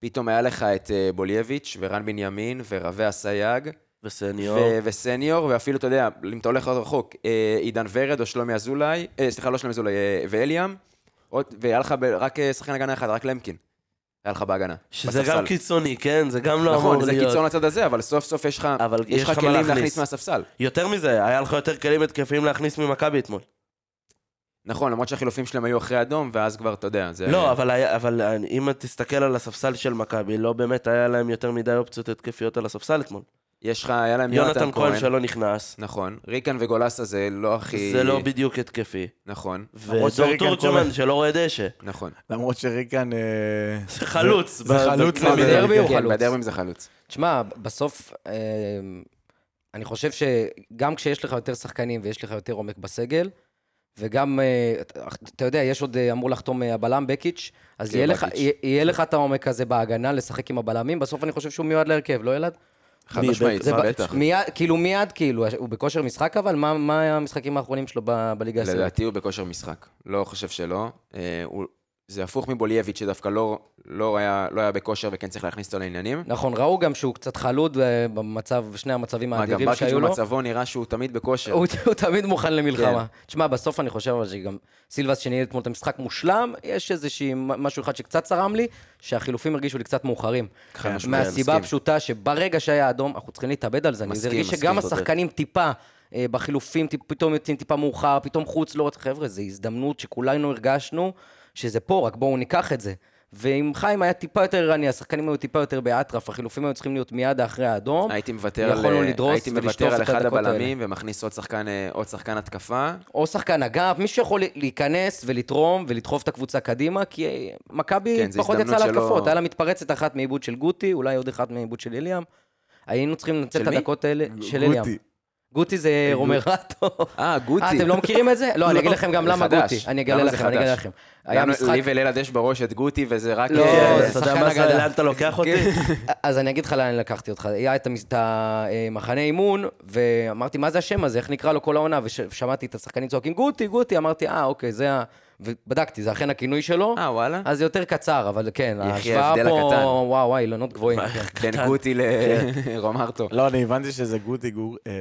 Speaker 1: פתאום היה לך את אה, בולייביץ' ורן בנימין ורבי אסייג,
Speaker 3: וסניור.
Speaker 1: ו- וסניור, ואפילו, אתה יודע, אם אתה הולך עוד רחוק, אה, עידן ורד או שלומי אזולאי, אה, סליחה, לא שלומי אזולאי, אה, ואליאם, עוד- והיה לך ב- רק אה, שחקן הגנה אחד, רק למקין. היה לך בהגנה,
Speaker 3: שזה
Speaker 1: בספסל.
Speaker 3: גם קיצוני, כן? זה גם לא אמור
Speaker 1: נכון,
Speaker 3: להיות.
Speaker 1: זה קיצון לצד הזה, אבל סוף סוף יש לך
Speaker 3: אבל
Speaker 1: יש לך
Speaker 3: מה
Speaker 1: כלים
Speaker 3: להכניס.
Speaker 1: להכניס מהספסל.
Speaker 3: יותר מזה, היה לך יותר כלים התקפיים להכניס ממכבי אתמול.
Speaker 1: נכון, למרות שהחילופים שלהם היו אחרי אדום, ואז כבר, אתה יודע, זה...
Speaker 3: לא, אבל, היה, אבל אם תסתכל על הספסל של מכבי, לא באמת היה להם יותר מדי אופציות התקפיות על הספסל אתמול.
Speaker 1: יש לך, היה להם
Speaker 3: יונתן כהן שלא נכנס,
Speaker 1: נכון. ריקן וגולסה זה לא הכי...
Speaker 3: זה לא בדיוק התקפי.
Speaker 1: נכון,
Speaker 3: ודור
Speaker 5: שריקן
Speaker 3: תורג'מן
Speaker 5: כהן-
Speaker 3: שלא רואה דשא.
Speaker 1: נכון.
Speaker 5: למרות שריקן... אה,
Speaker 3: זה חלוץ.
Speaker 5: זה
Speaker 3: ב-
Speaker 5: חלוץ,
Speaker 3: בקנה
Speaker 5: לא,
Speaker 3: מידה.
Speaker 4: בדרבי הוא
Speaker 1: כן,
Speaker 4: חלוץ.
Speaker 1: בדרבים זה חלוץ.
Speaker 4: תשמע, ב- בסוף, אה, אני חושב שגם כשיש לך יותר שחקנים ויש לך יותר עומק בסגל, וגם, אה, אתה- אתה יודע, יש עוד, אה, אמור לחתום אה, הבלם בקיץ', אז
Speaker 1: כן,
Speaker 4: יהיה לך-
Speaker 1: בקיץ'.
Speaker 4: יהיה- יהיה לך את העומק הזה בהגנה, לשחק עם הבלמים, בסוף אני חושב שהוא מיועד להרכב, לא ילד?
Speaker 1: חד
Speaker 3: מי,
Speaker 1: משמעית,
Speaker 4: זה ב-
Speaker 1: בטח.
Speaker 4: מיד, כאילו מיד, כאילו, הוא בכושר משחק אבל? מה, מה המשחקים האחרונים שלו ב- בליגה הסרט?
Speaker 1: לדעתי הוא בכושר משחק. לא חושב שלא. אה, הוא זה הפוך מבולייביץ', שדווקא לא, לא, היה, לא היה בכושר וכן צריך להכניס אותו לעניינים.
Speaker 4: נכון, ראו גם שהוא קצת חלוד אה, במצב, שני המצבים
Speaker 1: אגב,
Speaker 4: האדירים
Speaker 1: בקיץ'
Speaker 4: שהיו לו.
Speaker 1: במצבו נראה שהוא תמיד בכושר. כן.
Speaker 4: הוא הוא תמיד מוכן למלחמה. תשמע, בסוף אני חושב אבל שגם סילבס שניהל אתמול את המשחק מושלם, יש איזשהי מ- משהו אחד שקצת צרם לי, שהחילופים הרגישו לי קצת מאוחרים.
Speaker 1: חד משמעית,
Speaker 4: מהסיבה
Speaker 1: מסכים.
Speaker 4: הפשוטה שברגע שהיה אדום, אנחנו צריכים להתאבד על זה. אני
Speaker 1: מסכים,
Speaker 4: הרגיש
Speaker 1: מסכים,
Speaker 4: שגם
Speaker 1: צודק.
Speaker 4: השחקנים טיפה... אה, בחילופים טיפ- פתאום יוצאים טיפה מאוחר, פתאום חוץ, לא רוצה, חבר'ה, זו הזדמנות שכולנו הרגשנו שזה פה, רק בואו ניקח את זה. ואם חיים היה טיפה יותר ערני, השחקנים היו טיפה יותר באטרף, החילופים היו צריכים להיות מיד אחרי האדום.
Speaker 1: הייתי מוותר על,
Speaker 4: יכולנו לדרוס
Speaker 1: הייתי
Speaker 4: ולשטוף
Speaker 1: מוותר
Speaker 4: את
Speaker 1: על אחד
Speaker 4: הדקות האלה.
Speaker 1: הבלמים ומכניס עוד שחקן, אה, עוד שחקן התקפה. אה,
Speaker 4: או שחקן אגף, מישהו יכול להיכנס ולתרום ולדחוף את הקבוצה קדימה, כי אה, מכבי
Speaker 1: כן, זו
Speaker 4: פחות יצאה
Speaker 1: הזדמנות שלא-
Speaker 4: להתקפות. היה לה מתפרצת אחת מעיבוד של גוטי, אולי עוד אחת מעיבוד של אליאם. היינו צריכים לנצל
Speaker 1: של
Speaker 4: את
Speaker 1: מי?
Speaker 4: הדקות האלה של
Speaker 5: גוטי.
Speaker 4: אליאם. גוטי זה רומרטו.
Speaker 1: אה, גוטי.
Speaker 4: אה, אתם לא מכירים את זה? לא, אני אגיד לכם גם
Speaker 1: זה
Speaker 4: למה
Speaker 1: חדש.
Speaker 4: גוטי. אני אגלה
Speaker 1: למה זה
Speaker 4: לכם, אני אגלה
Speaker 1: חדש?
Speaker 4: לכם. היה
Speaker 1: לנו-
Speaker 4: משחק...
Speaker 1: לי ולילד יש בראש את גוטי, וזה רק...
Speaker 4: לא,
Speaker 1: אה,
Speaker 4: זה
Speaker 3: כן, אתה
Speaker 4: שחקן
Speaker 3: יודע מה זה,
Speaker 4: אגדה.
Speaker 3: לאן אתה לוקח אותי?
Speaker 1: כן.
Speaker 4: אז אני אגיד לך לאן לקחתי אותך. היה את המס- את המחנה אימון, ואמרתי, מה זה השם הזה? איך נקרא לו כל העונה? וש- ושמעתי את השחקנים צועקים, גוטי, גוטי. אמרתי, אה, אוקיי, זה ה... ובדקתי, זה אכן הכינוי שלו.
Speaker 1: אה, וואלה?
Speaker 4: אז זה יותר קצר, אבל כן,
Speaker 1: יחי,
Speaker 4: ההשוואה
Speaker 1: ההבדל
Speaker 4: פה,
Speaker 1: הקטן.
Speaker 4: וואו, וואי, אילנות גבוהים. כן.
Speaker 1: בין גוטי לרומרטו.
Speaker 5: לא, אני הבנתי שזה גוטי גור- אה,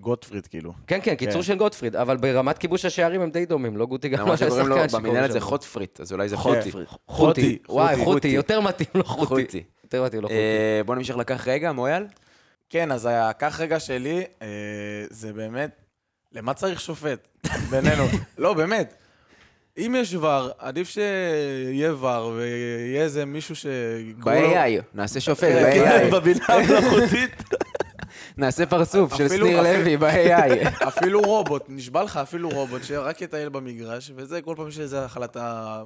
Speaker 5: גוטפריד, כאילו.
Speaker 4: כן, כן, קיצור של גוטפריד, אבל ברמת כיבוש השערים הם די דומים, לא גוטי גם
Speaker 1: למרות
Speaker 4: היה
Speaker 1: שקוראים לו
Speaker 4: שחקן שקוראים
Speaker 1: במנהלת זה
Speaker 4: שם.
Speaker 1: חוטפריט, אז אולי זה חוטי.
Speaker 5: חוטפריט.
Speaker 4: חוטי.
Speaker 5: חוטי,
Speaker 4: וואי,
Speaker 5: חוטי,
Speaker 4: חוטי,
Speaker 1: חוטי.
Speaker 4: יותר מתאים לו חוטי.
Speaker 1: חוטי.
Speaker 4: יותר מתאים לו חוטי.
Speaker 1: אה, בוא נמשיך לקח רגע, מויאל.
Speaker 5: כן, אז הקח רגע שלי, אה, זה באמת, למה צריך שופט? בינינו. לא, באמת. אם יש ור, עדיף שיהיה ור ויהיה איזה מישהו ש...
Speaker 1: ב-AI, נעשה שופט
Speaker 5: כן,
Speaker 1: ב-AI.
Speaker 3: בבינה המלאכותית.
Speaker 1: נעשה פרצוף של
Speaker 5: אפילו-
Speaker 1: שניר
Speaker 5: אפילו-
Speaker 1: לוי ב-AI.
Speaker 5: אפילו רובוט, נשבע לך אפילו רובוט, שרק יטייל במגרש, וזה כל פעם שזה החלטה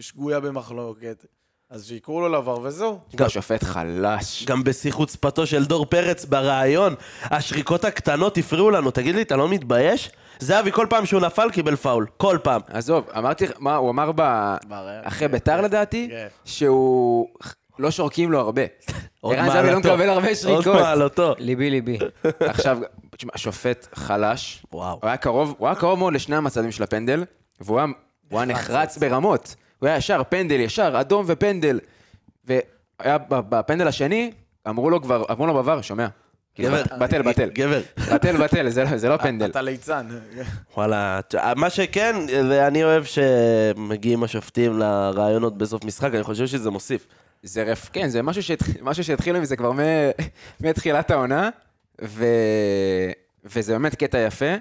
Speaker 5: שגויה במחלוקת. אז שיקראו לו לבר וזהו.
Speaker 1: גם לא, שופט חלש.
Speaker 3: גם בשיא חוצפתו של דור פרץ בריאיון, השריקות הקטנות הפריעו לנו. תגיד לי, אתה לא מתבייש? זהבי כל פעם שהוא נפל קיבל פאול. כל פעם.
Speaker 1: עזוב, אמרתי, לך- מה, הוא אמר ב...
Speaker 5: בריאיון,
Speaker 1: אחרי
Speaker 5: כן,
Speaker 1: ביתר
Speaker 5: כן,
Speaker 1: לדעתי,
Speaker 5: כן.
Speaker 1: שהוא... לא שורקים לו הרבה.
Speaker 3: עוד
Speaker 1: ערן זהבי לא
Speaker 3: מעלתו.
Speaker 1: מקבל הרבה שריקות.
Speaker 3: עוד מעלתו.
Speaker 4: ליבי, ליבי.
Speaker 1: עכשיו, תשמע, שופט חלש.
Speaker 3: וואו.
Speaker 1: הוא היה קרוב, הוא היה קרוב מאוד לשני המצבים של הפנדל, והוא היה, הוא היה נחרץ ברמות. הוא היה ישר פנדל, ישר, אדום ופנדל. והיה ב- בפנדל השני, אמרו לו כבר, אמרו לו בעבר, שומע? כאילו,
Speaker 3: גבר.
Speaker 1: בטל, בטל.
Speaker 3: גבר.
Speaker 1: בטל, בטל, זה לא- זה לא פנדל.
Speaker 5: אתה ליצן.
Speaker 3: וואלה, ת- אה, מה שכן, ואני אוהב שמגיעים השופטים לרעיונות בסוף משחק, אני חושב שזה מוסיף.
Speaker 1: זה רף, כן, זה משהו, שהתח- משהו שהתחילו עם זה כבר מ- מתחילת העונה, ו... וזה באמת קטע יפה.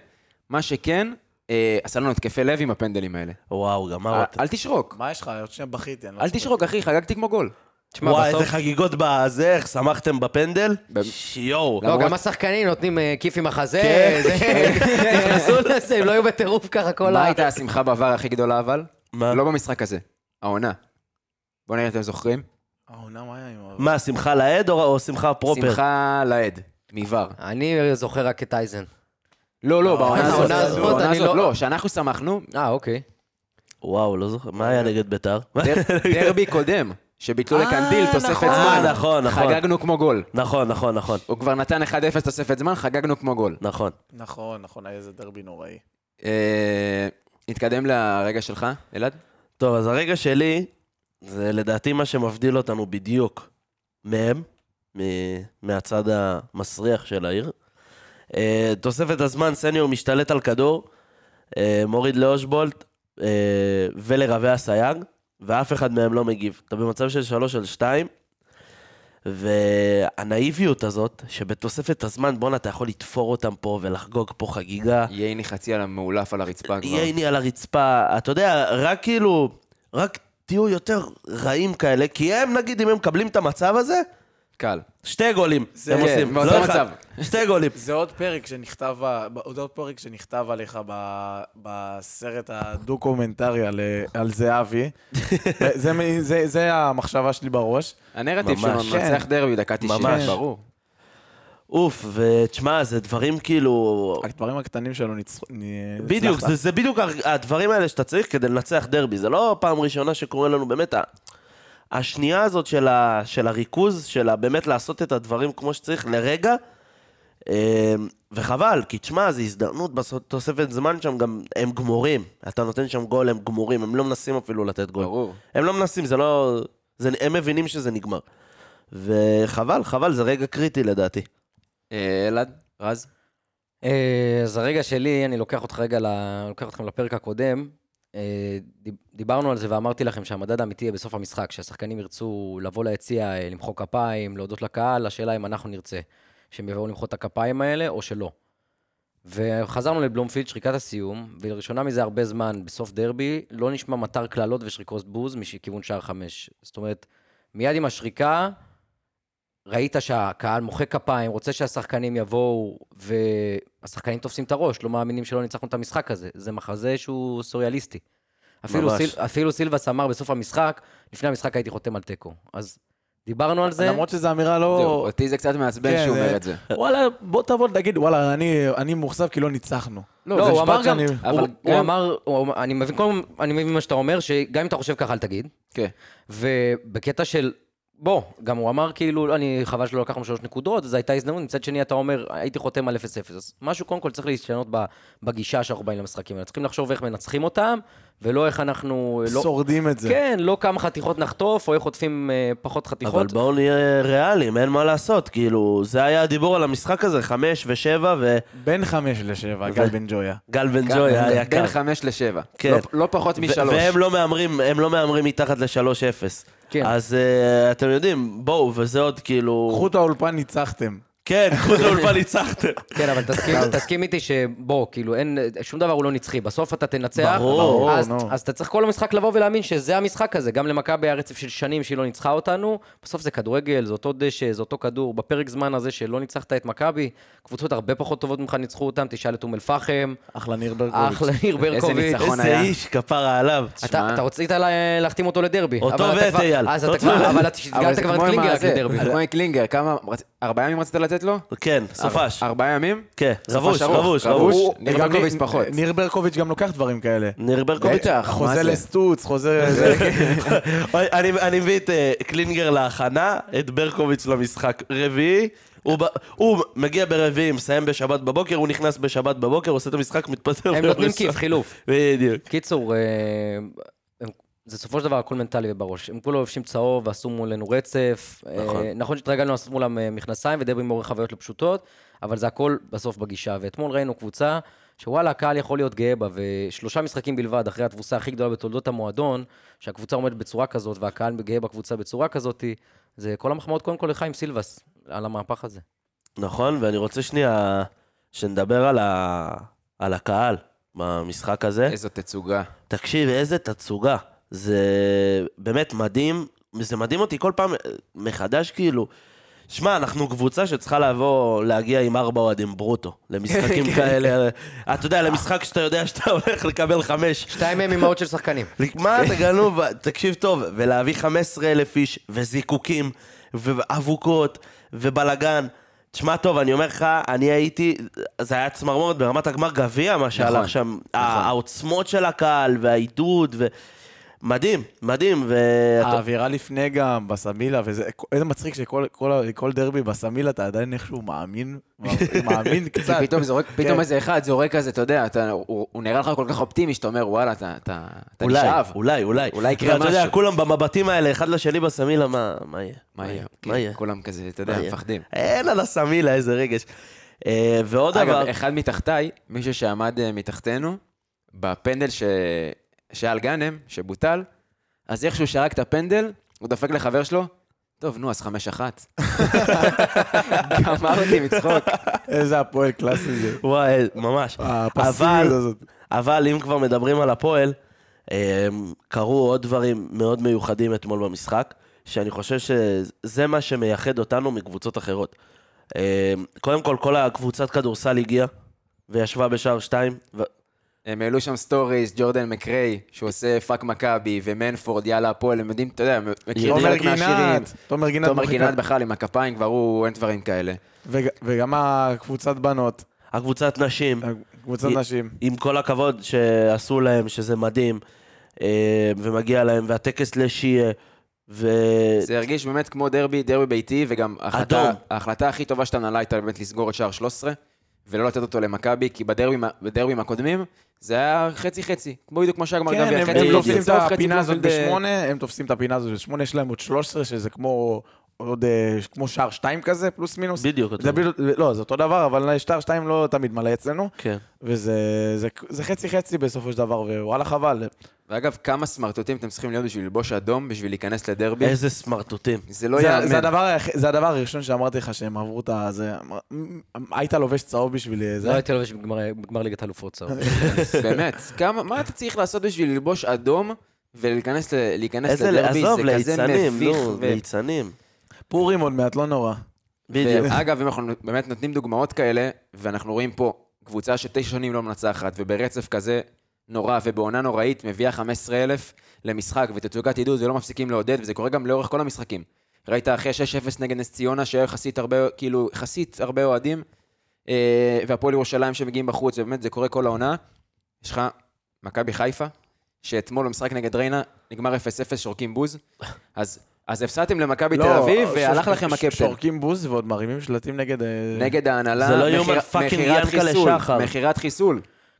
Speaker 1: מה שכן, אה, עשה לנו התקפי לב עם הפנדלים האלה.
Speaker 3: וואו, גמר
Speaker 1: אל
Speaker 4: אה,
Speaker 3: אותה.
Speaker 1: אל תשרוק,
Speaker 5: מה יש לך? עוד שנייה בכיתי. אני לא
Speaker 1: אל תשרוק, אחי, חגגתי כמו גול.
Speaker 4: תשמע,
Speaker 3: וואי,
Speaker 4: בסוף...
Speaker 3: איזה חגיגות בזה, איך שמחתם בפנדל?
Speaker 1: ב-
Speaker 3: שיואו.
Speaker 4: לא,
Speaker 1: למרות- כן.
Speaker 4: גם השחקנים נותנים אה, כיף עם
Speaker 3: כן,
Speaker 4: החזה, זה- נכנסו לזה, הם לא היו בטירוף ככה כל
Speaker 1: מה
Speaker 4: ה...
Speaker 1: הייתה השמחה בעבר הכי גדולה אבל?
Speaker 3: מה?
Speaker 1: לא במשחק הזה, העונה. בוא נראה אם אתם זוכרים.
Speaker 5: העונה, מה היה עם... ה-
Speaker 3: מה, שמחה לעד או או שמחה פרופר?
Speaker 1: שמחה לעד, מבר.
Speaker 4: אני זוכר רק את אייזן.
Speaker 1: לא,
Speaker 3: אה,
Speaker 1: לא, בעונה
Speaker 5: העונה
Speaker 1: הזאת.
Speaker 5: הזאת,
Speaker 1: בעונה
Speaker 4: אני
Speaker 1: הזאת,
Speaker 4: לא-
Speaker 1: לא, שאנחנו שמחנו,
Speaker 4: אה, אוקיי.
Speaker 3: וואו, לא זוכר. מה היה נגד ביתר?
Speaker 1: דר- דרבי קודם, שביטלו
Speaker 4: אה,
Speaker 1: לקנדיל תוספת
Speaker 4: נכון.
Speaker 1: זמן.
Speaker 3: אה, נכון, נכון.
Speaker 1: חגגנו כמו גול.
Speaker 3: נכון, נכון, נכון.
Speaker 1: הוא כבר נתן 1-0 תוספת זמן, חגגנו כמו גול.
Speaker 3: נכון.
Speaker 5: נכון, נכון, היה איזה דרבי נוראי.
Speaker 1: אה, נתקדם לרגע שלך, אלעד?
Speaker 3: טוב, אז הרגע שלי, זה לדעתי מה שמבדיל אותנו בדיוק מהם, מ- מהצד המסריח של העיר. אה, תוספת הזמן, סניור משתלט על כדור, אה, מוריד לאושבולט אה, ולרבי הסייג, ואף אחד מהם לא מגיב. אתה במצב של שלוש על שתיים, והנאיביות הזאת, שבתוספת הזמן, בואנה, אתה יכול לתפור אותם פה ולחגוג פה חגיגה.
Speaker 1: ייני חצי על המאולף על הרצפה כבר.
Speaker 3: אה. ייני על הרצפה, אתה יודע, רק כאילו, רק תהיו יותר רעים כאלה, כי הם, נגיד, אם הם מקבלים את המצב הזה,
Speaker 1: קל.
Speaker 3: שתי גולים.
Speaker 5: זה-
Speaker 3: הם
Speaker 5: כן,
Speaker 3: עושים.
Speaker 1: באותו
Speaker 3: לא אחד,
Speaker 1: מצב.
Speaker 3: שתי גולים.
Speaker 5: זה עוד פרק שנכתב, ה- ב- עוד עוד פרק שנכתב עליך ב- בסרט הדוקומנטרי על, אה, על זהבי. זה- זה, מ- זה, זה המחשבה שלי בראש.
Speaker 1: הנרטיב שלו
Speaker 3: ממש, כן.
Speaker 1: מנצח דרבי, דקה 90.
Speaker 3: ממש.
Speaker 1: ברור.
Speaker 3: אוף, ותשמע, זה דברים כאילו...
Speaker 5: הדברים הקטנים שלו ניצחו... נ-
Speaker 3: בדיוק,
Speaker 5: הצלחת.
Speaker 3: זה, זה בדיוק הר- הדברים האלה שאתה צריך כדי לנצח דרבי. זה לא פעם ראשונה שקורה לנו באמת ה... השנייה הזאת של, ה... של הריכוז, של ה... באמת לעשות את הדברים כמו שצריך לרגע, אה, וחבל, כי תשמע, זו הזדמנות בתוספת זמן שם, גם הם גמורים. אתה נותן שם גול, הם גמורים, הם לא מנסים אפילו לתת גול.
Speaker 1: ברור.
Speaker 3: הם לא מנסים, זה לא... זה, הם מבינים שזה נגמר. וחבל, חבל, זה רגע קריטי לדעתי.
Speaker 1: אה, אלעד, רז,
Speaker 4: אה, אז הרגע שלי, אני לוקח אותך רגע, ל- לוקח אתכם לפרק הקודם. אה, דיב- דיברנו על זה ואמרתי לכם שהמדד האמיתי יהיה בסוף המשחק, שהשחקנים ירצו לבוא ליציע, אה, למחוא כפיים, להודות לקהל, השאלה אם אנחנו נרצה שהם יבואו למחוא את הכפיים האלה או שלא. וחזרנו לבלומפילד, שריקת הסיום, ולראשונה מזה הרבה זמן, בסוף דרבי, לא נשמע מטר קללות ושריקות בוז מכיוון שער חמש. זאת אומרת, מיד עם השריקה, ראית שהקהל מוחא כפיים, רוצה שהשחקנים יבואו, והשחקנים תופסים את הראש, לא מאמינים שלא ניצחנו את המשחק הזה. זה מחזה שהוא סוריאליסטי. אפילו,
Speaker 3: ממש.
Speaker 4: סיל, אפילו סילבס אמר בסוף המשחק, לפני המשחק הייתי חותם על תיקו. אז דיברנו על זה.
Speaker 5: למרות שזו אמירה
Speaker 1: זהו,
Speaker 5: לא...
Speaker 1: אותי זה קצת מעצבן
Speaker 5: כן,
Speaker 1: שהוא
Speaker 5: זה-
Speaker 3: אה,
Speaker 1: אומר את זה.
Speaker 5: וואלה, בוא תבוא תגיד, וואלה, אני- אני מאוכזב כי לא ניצחנו.
Speaker 4: לא,
Speaker 5: זה
Speaker 4: הוא
Speaker 5: משפט
Speaker 4: אמר גם,
Speaker 5: שאני-
Speaker 4: אבל
Speaker 1: הוא-
Speaker 4: הוא
Speaker 1: גם-
Speaker 4: אמר, הוא אמר- אני מבין כל- אני מבין מה שאתה אומר, שגם אם אתה חושב ככה, אל תגיד.
Speaker 1: כן.
Speaker 4: ובקטע של, בוא, גם הוא אמר כאילו, אני חבל שלא לקחנו שלוש נקודות, זו הייתה הזדמנות, מצד שני אתה אומר, הייתי חותם על 0-0. אז משהו קודם כל צריך להשתנות ב- בגישה שאנחנו באים למשחקים האלה. צריכים לחשוב איך מנצחים אותם, ולא איך אנחנו... לא-
Speaker 5: שורדים את זה.
Speaker 4: כן, לא כמה חתיכות נחטוף, או איך חוטפים אה, פחות
Speaker 3: אבל
Speaker 4: חתיכות.
Speaker 3: בואו נהיה ריאליים, אין מה לעשות, כאילו, זה היה הדיבור על המשחק הזה, חמש ושבע, וגל
Speaker 5: בין חמש לשבע, גל בן ג'ויה.
Speaker 3: בן ג'וי היה יקר.
Speaker 1: כן, בין חמש לשבע.
Speaker 3: כן.
Speaker 1: לא- לא פחות
Speaker 3: ו-
Speaker 1: משלוש.
Speaker 3: והם לא מהמרים, הם לא מהמרים מתחת ל-3-0.
Speaker 4: כן.
Speaker 3: אז אה, אתם יודעים, באו, וזה עוד כאילו...
Speaker 5: קחו את האולפן, ניצחתם.
Speaker 3: כן, חוץ לאולפן ניצחתם.
Speaker 4: כן, אבל תסכים- תסכים איתי שבוא, כאילו, אין, שום דבר הוא לא נצחי. בסוף אתה תנצח.
Speaker 3: ברור,
Speaker 4: אז,
Speaker 5: נו.
Speaker 4: אז אתה צריך כל המשחק לבוא ולהאמין שזה המשחק הזה. גם למכבי היה רצף של שנים שהיא לא ניצחה אותנו. בסוף זה כדורגל, זה אותו דשא, זה אותו כדור. בפרק זמן הזה שלא ניצחת את מכבי, קבוצות הרבה פחות טובות ממך ניצחו אותם. תשאל את אום אל-פחם,
Speaker 5: אחלה ניר ברקוביץ'.
Speaker 4: אחלה ניר ברקוביץ'.
Speaker 1: ניצחון. נכון
Speaker 3: איזה
Speaker 1: היה.
Speaker 3: איש, כפרה עליו.
Speaker 4: אתה, אתה רצית לה- להחתים אותו לדרבי.
Speaker 3: אותו
Speaker 4: אבל אתה
Speaker 3: ואת
Speaker 4: כבר-
Speaker 3: אייל.
Speaker 4: אז אתה
Speaker 3: אותו
Speaker 4: כבר,
Speaker 3: ו-
Speaker 4: אבל אתה
Speaker 1: אבל
Speaker 4: שגרת
Speaker 1: זה
Speaker 4: כבר את
Speaker 1: כמו עם
Speaker 4: קלינגר רק
Speaker 1: הזה,
Speaker 4: לדרבי.
Speaker 1: זה כמו עם קלינגר, כמה... רצ- ארבעה ימים רצית לתת לו?
Speaker 3: כן, סופש.
Speaker 1: ארבעה ימים?
Speaker 3: כן, רוש,
Speaker 1: ארוך, רוש.
Speaker 3: רוש, רוש.
Speaker 5: הוא-
Speaker 1: ניר
Speaker 5: גם
Speaker 1: ברקוביץ'
Speaker 5: ניר-
Speaker 1: פחות.
Speaker 5: ניר ברקוביץ' גם לוקח דברים כאלה.
Speaker 3: ניר ברקוביץ'.
Speaker 1: בטח, אה, מה
Speaker 5: חוזה
Speaker 1: זה? אה,
Speaker 5: לסטוץ, חוזה... זה.
Speaker 3: אוי, אני אני מביא את אה, קלינגר להכנה, את ברקוביץ' למשחק. רביעי, הוא ב- הוא מגיע ברביעי, מסיים בשבת בבוקר, הוא נכנס בשבת בבוקר, עושה את המשחק, מתפטר.
Speaker 4: הם
Speaker 3: ביום
Speaker 4: נותנים
Speaker 3: ראשון.
Speaker 4: כיף, חילוף.
Speaker 3: בדיוק.
Speaker 4: קיצור, אה, הם- זה בסופו של דבר הכל מנטלי ובראש. הם כולו לובשים צהוב ועשו מולנו רצף. נכון. נכון שהתרגלנו לעשות מולם אה, מכנסיים ודברים עם אורך חוויות לא פשוטות, אבל זה הכל בסוף בגישה. ואתמול ראינו קבוצה שוואלה, הקהל יכול להיות גאה בה, ושלושה משחקים בלבד, אחרי התבוסה הכי גדולה בתולדות המועדון, שהקבוצה עומדת בצורה כזאת והקהל גאה בקבוצה בצורה כזאת, זה כל המחמאות קודם כל לחיים סילבס על המהפך הזה.
Speaker 3: נכון, ואני רוצה שנייה שנדבר על ה- על הקהל במשחק הזה.
Speaker 1: איזו תצוגה.
Speaker 3: תקשיב, איזה תצוגה. זה באמת מדהים. זה מדהים אותי כל פעם אה, מחדש, כאילו. שמע, אנחנו קבוצה שצריכה לבוא, להגיע עם ארבע אוהדים ברוטו. למשחקים כאלה. אתה יודע, למשחק שאתה יודע שאתה הולך לקבל חמש.
Speaker 4: שתיים מהם אימהות של שחקנים.
Speaker 3: מה אתה גנוב? תקשיב טוב, ולהביא 15,000 איש, וזיקוקים, ואבוקות, ובלגן. תשמע טוב, אני אומר לך, אני הייתי, זה היה צמרמורת ברמת הגמר גביע, מה
Speaker 1: נכון,
Speaker 3: שהלך שם. ה- העוצמות של הקהל, והעידוד, ו... מדהים, מדהים, ואתה...
Speaker 5: אה, האווירה לפני גם, בסמילה, וזה, איזה מצחיק שכל כל- כל דרבי בסמילה אתה עדיין איכשהו מאמין, מאמין
Speaker 1: כי
Speaker 5: קצת. כן,
Speaker 1: פתאום זורק,
Speaker 3: כן.
Speaker 1: פתאום איזה אחד זורק כזה, אתה יודע, אתה- הוא הוא נראה לך כל כך אופטימי, שאתה אומר, וואלה, אתה אתה- אתה
Speaker 3: אולי,
Speaker 1: נשאב.
Speaker 3: אולי, אולי.
Speaker 1: אולי יקרה
Speaker 3: ואתה יודע,
Speaker 1: משהו.
Speaker 3: כולם במבטים האלה, אחד לשני בסמילה, מה מה יהיה?
Speaker 1: מה יהיה?
Speaker 3: מה יהיה?
Speaker 1: כן, כולם כזה, אתה יודע,
Speaker 3: מה יהיה?
Speaker 1: מפחדים.
Speaker 3: אין על הסמילה, איזה רגש. אה, ועוד דבר...
Speaker 1: אגב, אחד מתחתיי, מישהו שעמד אה, מתחתנו, בפנדל ש- שהיה על גאנם, שבוטל, אז איך שהוא שרק את הפנדל, הוא דפק לחבר שלו, טוב, נו, אז חמש אחת. גמר אותי מצחוק.
Speaker 5: איזה הפועל קלאסי זה.
Speaker 3: וואי, ממש.
Speaker 1: אה,
Speaker 5: הפסיביות
Speaker 3: אבל-
Speaker 5: הזאת.
Speaker 3: אבל אם כבר מדברים על הפועל, אמ, קרו עוד דברים מאוד מיוחדים אתמול במשחק, שאני חושב שזה מה שמייחד אותנו מקבוצות אחרות. אמ, קודם כל, כל הקבוצת כדורסל הגיעה וישבה בשער שתיים. ו-
Speaker 1: הם העלו שם סטוריז, ג'ורדן מקריי, שהוא עושה פאק מכבי, ומנפורד, יאללה הפועל, הם יודעים, אתה יודע, הם מכירים
Speaker 5: תומר
Speaker 1: חלק מהשירים.
Speaker 5: גינת, תומר גינת.
Speaker 1: תומר
Speaker 5: מרחיקה.
Speaker 1: גינת בכלל עם הכפיים, כבר הוא, אין דברים כאלה.
Speaker 5: וג- וגם הקבוצת בנות,
Speaker 3: הקבוצת נשים,
Speaker 5: קבוצת
Speaker 3: היא-
Speaker 5: נשים.
Speaker 3: עם כל הכבוד אה, שעשו להם, שזה מדהים, אמ, ומגיע להם, והטקס לשיעה, ו...
Speaker 1: זה הרגיש באמת כמו דרבי, דרבי ביתי, וגם ההחלטה,
Speaker 3: אדום.
Speaker 1: ההחלטה הכי טובה של ההנהלה הייתה באמת לסגור את שער 13, ולא לתת אותו למכבי, כי בדרבים, בדרבים הקודמים זה היה חצי-חצי, כמו בדיוק כמו שהיה גמר גביע,
Speaker 5: כן, הם-
Speaker 1: חצי
Speaker 5: הם
Speaker 1: בלומפילד
Speaker 5: תופסים
Speaker 1: טוב,
Speaker 5: את
Speaker 1: חצי
Speaker 5: הפינה הזאת
Speaker 1: בלומפילד, אה,
Speaker 5: בשמונה, הם תופסים את הפינה הזאת בשמונה, יש להם עוד 13, שזה כמו עוד, אה, כמו שער שתיים כזה, פלוס מינוס.
Speaker 3: בדיוק אותו
Speaker 5: זה בדיוק, לא, זה אותו דבר, אבל שער שתיים לא תמיד מלא אצלנו,
Speaker 3: כן.
Speaker 5: וזה זה- זה חצי-חצי בסופו של דבר, ווואלה חבל.
Speaker 1: ואגב, כמה סמרטוטים אתם צריכים להיות בשביל ללבוש אדום, בשביל להיכנס לדרבי?
Speaker 3: איזה סמרטוטים.
Speaker 1: זה לא
Speaker 5: זה- זה
Speaker 1: ייאמן.
Speaker 5: הדבר היח- זה הדבר הראשון שאמרתי לך שהם עברו את ה... זה- מ- היית לובש צהוב בשביל
Speaker 4: לא
Speaker 5: זה?
Speaker 4: הייתי לובש בגמר- בגמר ליגת אלופות צהוב.
Speaker 1: באמת, כמה, מה אתה צריך לעשות בשביל ללבוש אדום ולהיכנס ל- להיכנס
Speaker 3: איזה,
Speaker 1: לדרבי?
Speaker 3: עזוב,
Speaker 1: זה כזה
Speaker 3: ליצנים,
Speaker 1: מביך.
Speaker 3: נו,
Speaker 1: ו-
Speaker 3: ליצנים.
Speaker 5: פורים עוד מעט, לא נורא.
Speaker 3: בדיוק.
Speaker 1: ואגב, אם אנחנו באמת נותנים דוגמאות כאלה, ואנחנו רואים פה קבוצה שתשע שנים לא מנצחת, וברצף כזה נורא ובעונה נוראית מביאה 15,000 למשחק, ותצוגת עידוד ולא מפסיקים לעודד, וזה קורה גם לאורך כל המשחקים. ראית אחרי 6-0 נגד נס ציונה, שהיה יחסית הרבה, כאילו, יחסית הרבה אוהדים, אה, והפועל ירושלים שמגיעים בחוץ, ובאמת זה קורה כל העונה. יש לך מכבי חיפה, שאתמול במשחק נגד ריינה נגמר 0-0, שורקים בוז. אז, אז הפסדתם למכבי
Speaker 5: לא,
Speaker 1: תל אביב,
Speaker 5: ש-
Speaker 1: והלך
Speaker 5: ש-
Speaker 1: לכם
Speaker 5: ש-
Speaker 1: הקפטן.
Speaker 5: שורקים בוז ועוד מרימים שלטים נגד... אה,
Speaker 1: נגד ההנהלה,
Speaker 3: זה לא יאומן
Speaker 1: מכירה-
Speaker 3: פאקינג
Speaker 1: מכירת
Speaker 3: ינקלה
Speaker 1: חיסול,
Speaker 3: שחר.
Speaker 1: מכירת חיסול.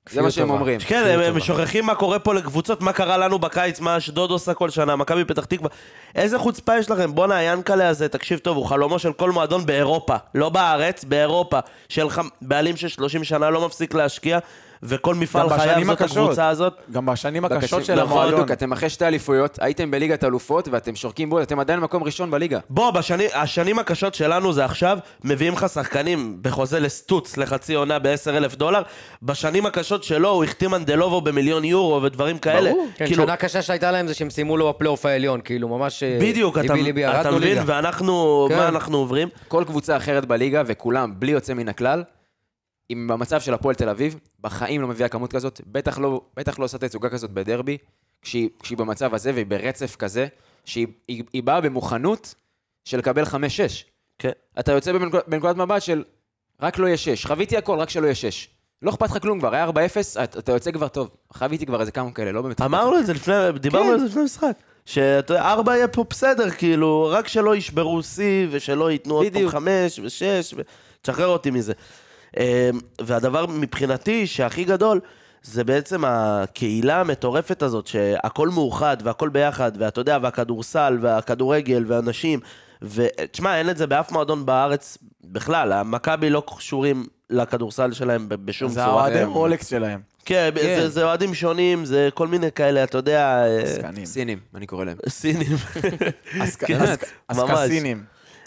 Speaker 1: זה מה
Speaker 4: כפיות
Speaker 1: שהם
Speaker 4: טובה.
Speaker 1: אומרים.
Speaker 3: כן, הם- הם שוכחים מה קורה פה לקבוצות, מה קרה לנו בקיץ, מה אשדוד עושה כל שנה, מכבי פתח תקווה. איזה חוצפה יש לכם? בואנה, היאנקלה הזה, תקשיב טוב, הוא חלומו של כל מועדון באירופה. לא בארץ, באירופה. של חמ- בעלים של 30 שנה לא מפסיק להשקיע, וכל מפעל חייו
Speaker 5: בשנים
Speaker 3: זאת
Speaker 5: הקשות.
Speaker 3: הקבוצה הזאת.
Speaker 5: גם בשנים
Speaker 1: בקשים-
Speaker 5: הקשות של
Speaker 1: נכון,
Speaker 5: המועדון.
Speaker 1: בדיוק, אתם אחרי שתי אליפויות, הייתם בליגת אלופות ואתם שורקים בול, אתם עדיין מקום ראשון בליגה.
Speaker 3: בוא, בשני, השנים הקשות שלנו זה עכשיו, מביאים לך שחקנים בחוזה לסטוץ לחצי עונה ב-10 אלף דולר. בשנים הקשות שלו הוא החתים אנדלובו במיליון יורו ודברים כאלה.
Speaker 4: כן,
Speaker 3: כאילו,
Speaker 4: שנה קשה שהייתה להם זה שהם סיימו לו בפלייאוף העליון, כאילו ממש... אה,
Speaker 3: בדיוק, אתה,
Speaker 4: ליבי ליבי,
Speaker 3: אתה
Speaker 4: ירדנו
Speaker 3: מבין?
Speaker 4: ליגה.
Speaker 3: ואנחנו,
Speaker 4: כן.
Speaker 3: מה אנחנו עוברים?
Speaker 1: כל קבוצה אחרת בליגה, וכולם, בלי יוצא מן הכלל, עם במצב של הפועל תל אביב, בחיים לא מביאה כמות כזאת, בטח לא, בטח לא עושה תצוגה כזאת בדרבי, כשהיא, כשהיא במצב הזה והיא ברצף כזה, שהיא היא, היא באה במוכנות של לקבל 5-6.
Speaker 3: כן.
Speaker 1: אתה יוצא בנקוד- בנקודת מבט של רק לא יהיה 6, חוויתי הכל, רק שלא יהיה 6. לא אכפת לך כלום כבר, היה 4-0, אתה, אתה יוצא כבר טוב. חוויתי כבר איזה כמה כאלה, לא באמת.
Speaker 3: אמרנו את זה לפני, דיברנו על זה לפני המשחק. שאתה יודע, ארבע יהיה פה בסדר, כאילו, רק שלא ישברו שיא, ושלא ייתנו עוד פעם
Speaker 1: בדיוק.
Speaker 3: חמש ושש, ו... תשחרר אותי מזה. אה, והדבר מבחינתי שהכי גדול, זה בעצם הקהילה המטורפת הזאת, שהכל מאוחד והכל ביחד, ואתה יודע, והכדורסל, והכדורגל, והנשים, ותשמע, אין את זה באף מועדון בארץ בכלל, המכבי לא קשורים לכדורסל שלהם ב- בשום
Speaker 5: זה
Speaker 3: צורה.
Speaker 5: האוהדי רולקס שלהם.
Speaker 3: כן,
Speaker 1: כן.
Speaker 3: זה- זה אוהדים שונים, זה כל מיני כאלה, אתה יודע... אה,
Speaker 5: עסקנים.
Speaker 1: סינים, אני קורא להם.
Speaker 3: סינים.
Speaker 5: עסק-
Speaker 3: כן,
Speaker 5: עסק-
Speaker 3: ממש.
Speaker 5: עסקסינים.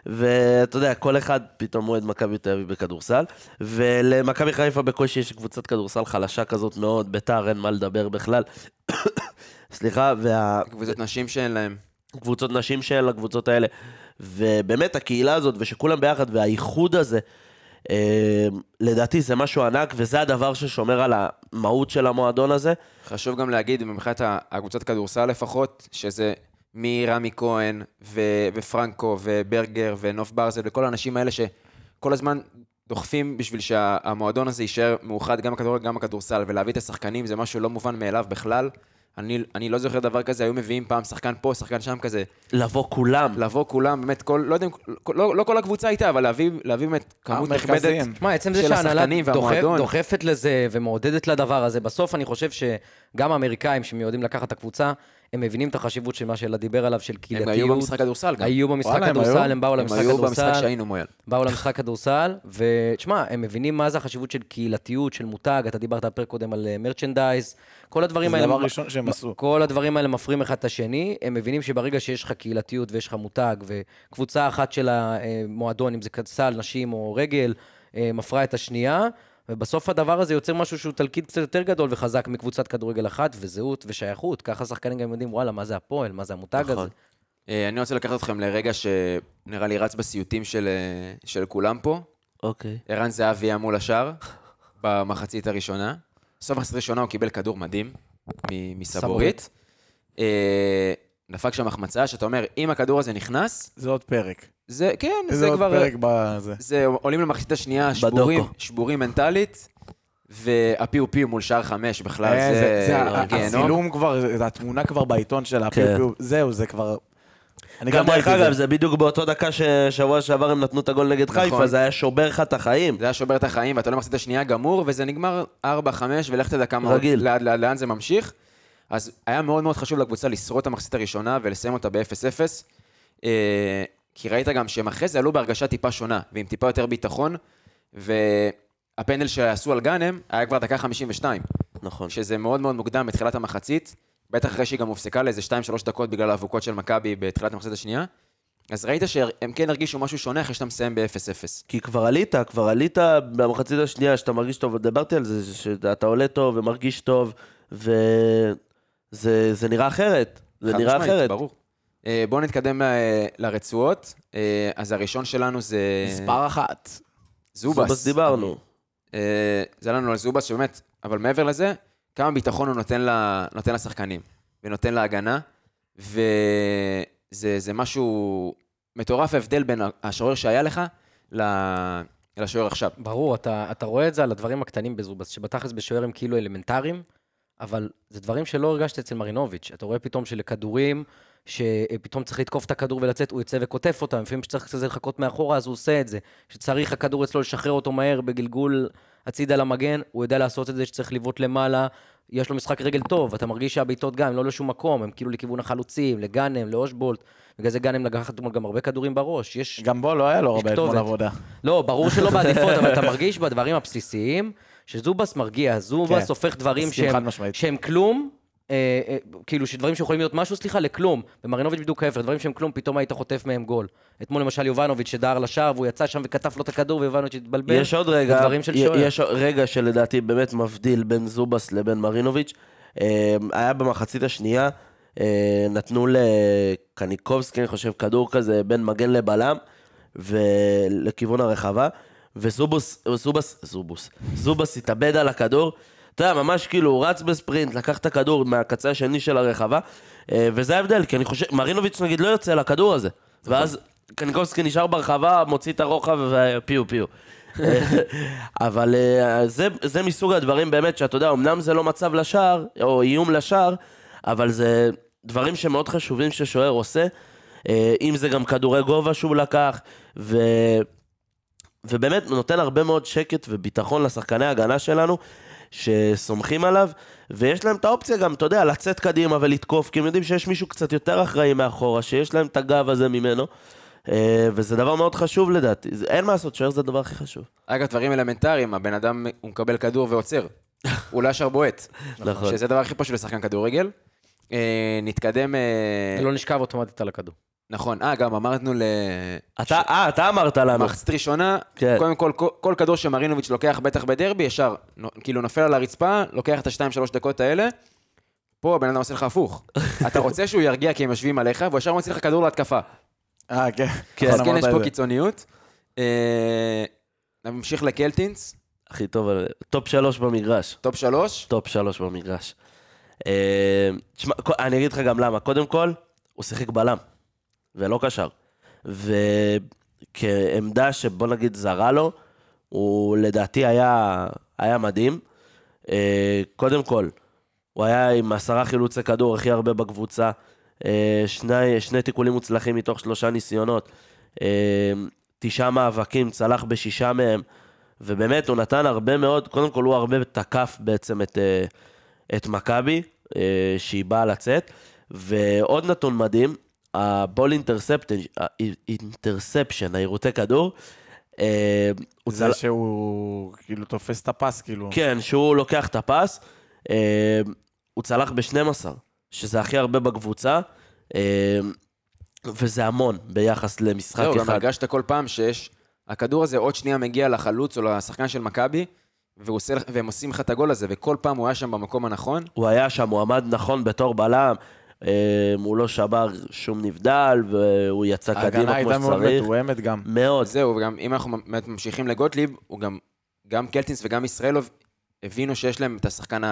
Speaker 3: ואתה יודע, כל אחד פתאום רואה את מכבי תל אביב בכדורסל, ולמכבי חיפה בקושי יש קבוצת כדורסל חלשה כזאת מאוד, ביתר אין מה לדבר בכלל. סליחה, והקבוצות
Speaker 1: קבוצות נשים שאין להם.
Speaker 3: נשים שאין לקבוצות האלה, ובאמת הקהילה הזאת, ושכולם ביחד, והאיחוד הזה, אה, לדעתי זה משהו ענק, וזה הדבר ששומר על המהות של המועדון הזה.
Speaker 1: חשוב גם להגיד, מבחינת ה- הקבוצת כדורסל לפחות, שזה מרמי כהן ו- ופרנקו וברגר ונוף ברזל וכל האנשים האלה שכל הזמן דוחפים בשביל שהמועדון הזה יישאר מאוחד גם בכדורגל, גם בכדורסל, ולהביא את השחקנים זה משהו לא מובן מאליו בכלל. אני, אני לא זוכר דבר כזה, היו מביאים פעם שחקן פה, שחקן שם כזה.
Speaker 3: לבוא כולם,
Speaker 1: לבוא כולם, באמת, כל, לא יודע, אם- לא, לא כל הקבוצה הייתה, אבל להביא, להביא באמת כמות נכבדת.
Speaker 5: המרכזיים.
Speaker 4: שמע, עצם זה
Speaker 1: של
Speaker 4: שההנהלה
Speaker 1: השחקנים
Speaker 4: דוחפ-
Speaker 1: והמועדון.
Speaker 4: דוחפת לזה ומעודדת לדבר הזה, בסוף אני חושב שגם האמריקאים שמיועדים לקחת את הקבוצה, הם מבינים את החשיבות של מה שאלה דיבר עליו, של
Speaker 1: הם
Speaker 4: קהילתיות.
Speaker 1: היו במשחק כדורסל גם.
Speaker 4: היו במשחק
Speaker 5: וואלה, הם
Speaker 4: כדורסל,
Speaker 5: היו?
Speaker 4: הם באו
Speaker 1: הם
Speaker 4: למשחק
Speaker 1: היו במשחק
Speaker 4: כדורסל,
Speaker 1: שהיינו מויאל.
Speaker 4: באו למשחק כדורסל, ותשמע, הם מבינים מה זה החשיבות של קהילתיות, של מותג, אתה דיברת פרק קודם על אה, מרצ'נדייז, כל הדברים
Speaker 5: זה
Speaker 4: האלה...
Speaker 5: דבר ראשון שהם
Speaker 4: מ-
Speaker 5: עשו.
Speaker 4: כל הדברים האלה מפרים אחד את השני, הם מבינים שברגע שיש לך קהילתיות ויש לך מותג, וקבוצה אחת של המועדון, אם זה כדסל, נשים או רגל, אה, מפרה את השנייה, ובסוף הדבר הזה יוצר משהו שהוא תלכיד קצת יותר גדול וחזק מקבוצת כדורגל אחת, וזהות ושייכות. ככה שחקנים גם יודעים, וואלה, מה זה הפועל, מה זה המותג
Speaker 3: נכון.
Speaker 4: הזה.
Speaker 1: אה, אני רוצה לקחת אתכם לרגע שנראה לי רץ בסיוטים של, אה, של כולם פה.
Speaker 3: אוקיי.
Speaker 1: ערן זהבי היה מול השער במחצית הראשונה. בסוף המחצית הראשונה הוא קיבל כדור מדהים מ- מסבורית.
Speaker 4: סבורית.
Speaker 1: אה, דפק שם החמצה, שאתה אומר, אם הכדור הזה נכנס,
Speaker 5: זה עוד פרק.
Speaker 1: זה, כן,
Speaker 5: זה
Speaker 1: זה
Speaker 5: עוד
Speaker 1: כבר...
Speaker 5: פרק
Speaker 3: אה,
Speaker 5: בזה.
Speaker 1: זה עולים למחצית השנייה, שבורים,
Speaker 3: בדוקו.
Speaker 1: שבורים מנטלית, והפיו-פיו מול שער חמש בכלל,
Speaker 5: אה,
Speaker 1: זה
Speaker 5: זה- זה ה-
Speaker 3: אוקיי,
Speaker 1: גיהנום.
Speaker 5: הצילום כבר, זה- התמונה כבר בעיתון של הפיו-פיו. זהו, זה כבר... אני
Speaker 3: כן. גם
Speaker 5: גם
Speaker 3: דרך
Speaker 5: ראיתי
Speaker 3: אגב,
Speaker 5: את זה.
Speaker 3: זה בדיוק באותו דקה ששבוע שעבר הם נתנו את הגול נגד
Speaker 1: נכון.
Speaker 3: חיפה, זה היה שובר לך את החיים.
Speaker 1: זה היה שובר את החיים, ואתה לא מחצית השנייה גמור, וזה נגמר 4-5, ולך תדע כמה... עוד-
Speaker 3: רגיל.
Speaker 1: לאן, לאן, לאן זה ממשיך. אז היה מאוד מאוד חשוב לקבוצה לשרוד את המחצית הראשונה ולסיים אותה ב-0-0. אה, כי ראית גם שהם אחרי זה עלו בהרגשה טיפה שונה, ועם טיפה יותר ביטחון, והפנדל שעשו על גאנם היה כבר דקה 52,
Speaker 3: נכון.
Speaker 1: שזה מאוד מאוד מוקדם בתחילת המחצית, בטח אחרי שהיא גם הופסקה לאיזה 2-3 דקות בגלל האבוקות של מכבי בתחילת המחצית השנייה. אז ראית שהם כן הרגישו משהו שונה אחרי שאתה מסיים ב-0-0.
Speaker 3: כי כבר עלית, כבר עלית במחצית השנייה, שאתה מרגיש טוב, דיברתי על זה, שאתה עולה טוב ומרגיש טוב, וזה זה נראה אחרת. זה
Speaker 1: חד
Speaker 3: נראה
Speaker 1: משמעית,
Speaker 3: אחרת.
Speaker 1: ברור. אה, בואו נתקדם אה, לרצועות. אה, אז הראשון שלנו זה...
Speaker 5: מספר אחת.
Speaker 1: זובס.
Speaker 3: זובס דיברנו.
Speaker 1: אה, זה היה לנו על זובס, שבאמת, אבל מעבר לזה, כמה ביטחון הוא נותן, לה, נותן לשחקנים, ונותן להגנה, וזה זה משהו מטורף, ההבדל בין השוער שהיה לך ל- לשוער עכשיו.
Speaker 4: ברור, אתה, אתה רואה את זה על הדברים הקטנים בזובס, שבתכלס בשוער הם כאילו אלמנטריים, אבל זה דברים שלא הרגשת אצל מרינוביץ'. אתה רואה פתאום שלכדורים, שפתאום צריך לתקוף את הכדור ולצאת, הוא יוצא וקוטף אותם, לפעמים כשצריך כזה לחכות מאחורה, אז הוא עושה את זה. כשצריך הכדור אצלו לשחרר אותו מהר בגלגול הצידה למגן, הוא יודע לעשות את זה שצריך לבעוט למעלה. יש לו משחק רגל טוב, אתה מרגיש שהבעיטות גם, הם לא לשום מקום, הם כאילו לכיוון החלוצים, לגאנם, לאושבולט. בגלל זה גאנם לקח אתמול גם הרבה כדורים בראש. יש...
Speaker 5: גם בו לא היה לו
Speaker 4: יש
Speaker 5: הרבה אתמול
Speaker 4: כתובת.
Speaker 5: עבודה.
Speaker 4: לא, ברור שלא בעדיפות, אבל אתה מרגיש בדברים הבסיסיים שזובס מרגיע, זובס
Speaker 5: כן.
Speaker 4: הופך דברים
Speaker 5: מסכים,
Speaker 4: שהם,
Speaker 5: חד משמעית.
Speaker 4: שהם כלום, אה, אה, כאילו שדברים שיכולים להיות משהו, סליחה, לכלום. ומרינוביץ' בדיוק ההפך, דברים שהם כלום, פתאום היית חוטף מהם גול. אתמול למשל יובנוביץ' שדהר לשער, והוא יצא שם וכתף לו את הכדור, ויובנוביץ' התבלבל.
Speaker 3: יש עוד רגע,
Speaker 4: דברים של
Speaker 3: י-
Speaker 4: שוער.
Speaker 3: יש רגע שלדעתי באמת מבדיל בין זובס לבין מרינוביץ'. אה, היה במחצית השנייה, אה, נתנו לקניקובסקי, אני חושב, כדור כזה בין מגן לבלם, ולכיוון הרחבה, וזובוס, זובס, זובוס, זובס התאבד על הכדור. אתה יודע, ממש כאילו, הוא רץ בספרינט, לקח את הכדור מהקצה השני של הרחבה, אה, וזה ההבדל, כי אני חושב, מרינוביץ' נגיד לא יוצא לכדור הזה,
Speaker 4: נכון.
Speaker 3: ואז קניקובסקי נשאר ברחבה, מוציא את הרוחב ופיו פיו. אבל אה, זה, זה מסוג הדברים באמת שאתה יודע, אמנם זה לא מצב לשער, או איום לשער, אבל זה דברים שמאוד חשובים ששוער עושה, אה, אם זה גם כדורי גובה שהוא לקח, ו... ובאמת נותן הרבה מאוד שקט וביטחון לשחקני ההגנה שלנו, שסומכים עליו, ויש להם את האופציה גם, אתה יודע, לצאת קדימה ולתקוף, כי הם יודעים שיש מישהו קצת יותר אחראי מאחורה, שיש להם את הגב הזה ממנו, אה, וזה דבר מאוד חשוב לדעתי. זה- אין מה לעשות, שוער זה הדבר הכי חשוב.
Speaker 1: אגב, דברים אלמנטריים, הבן אדם, הוא מקבל כדור ועוצר. הוא לא ישר בועט.
Speaker 3: נכון.
Speaker 1: שזה הדבר הכי פשוט לשחקן כדורגל. אה, נתקדם... אה,
Speaker 4: לא נשכב אוטומטית על הכדור.
Speaker 1: נכון, אה, גם אמרנו ל...
Speaker 3: אתה, אה, אתה אמרת לנו.
Speaker 1: מחצית ראשונה,
Speaker 3: כן.
Speaker 1: קודם כל, כל, כל כדור שמרינוביץ' לוקח, בטח בדרבי, ישר, נו- כאילו נופל על הרצפה, לוקח את השתיים, שלוש דקות האלה, פה הבן אדם עושה לך הפוך. אתה רוצה שהוא ירגיע כי הם יושבים עליך, והוא ישר מוציא לך כדור להתקפה.
Speaker 5: אה, כן.
Speaker 1: אז
Speaker 5: נכון,
Speaker 1: כן, יש
Speaker 5: אמרת את
Speaker 1: פה
Speaker 5: זה.
Speaker 1: קיצוניות. אה, נמשיך לקלטינס,
Speaker 3: הכי טוב, על- טופ שלוש במגרש.
Speaker 1: טופ שלוש.
Speaker 3: טופ שלוש במגרש. אה, תשמע, קו- אני אגיד לך גם למה. קודם כל, הוא שיחק בלם, ולא קשר. וכעמדה שבוא נגיד זרה לו, הוא לדעתי היה, היה מדהים. אה, קודם כל, הוא היה עם עשרה חילוצי כדור הכי הרבה בקבוצה. אה, שני, שני תיקולים מוצלחים מתוך שלושה ניסיונות. אה, תשעה מאבקים, צלח בשישה מהם. ובאמת, הוא נתן הרבה מאוד, קודם כל הוא הרבה תקף בעצם את, אה, את מכבי, אה, שהיא באה לצאת. ועוד נתון מדהים, הבול אינטרספטן, אה, אינטרספשן, העירותי כדור, אה, הוא
Speaker 5: זה
Speaker 3: צל...
Speaker 5: שהוא כאילו תופס את הפס, כאילו.
Speaker 3: כן, שהוא לוקח את הפס, אה, הוא צלח ב-12, שזה הכי הרבה בקבוצה, אה, וזה המון ביחס למשחק
Speaker 1: זהו, גם
Speaker 3: אחד.
Speaker 1: הרגשת כל פעם שיש, הכדור הזה עוד שנייה מגיע לחלוץ או לשחקן של מכבי, והוא עושה לך- והם עושים לך את הגול הזה, וכל פעם הוא היה שם במקום הנכון.
Speaker 3: הוא היה שם, הוא עמד נכון בתור בלם, אה, הוא לא שבר שום נבדל, והוא יצא
Speaker 5: ההגנה
Speaker 3: קדימה כמו
Speaker 5: הייתה מאוד
Speaker 3: שצריך.
Speaker 5: מתואמת גם.
Speaker 3: מאוד.
Speaker 1: זהו, וגם אם אנחנו באמת ממשיכים לגוטליב, הוא גם, גם קלטינס וגם ישראלוב הבינו שיש להם את השחקן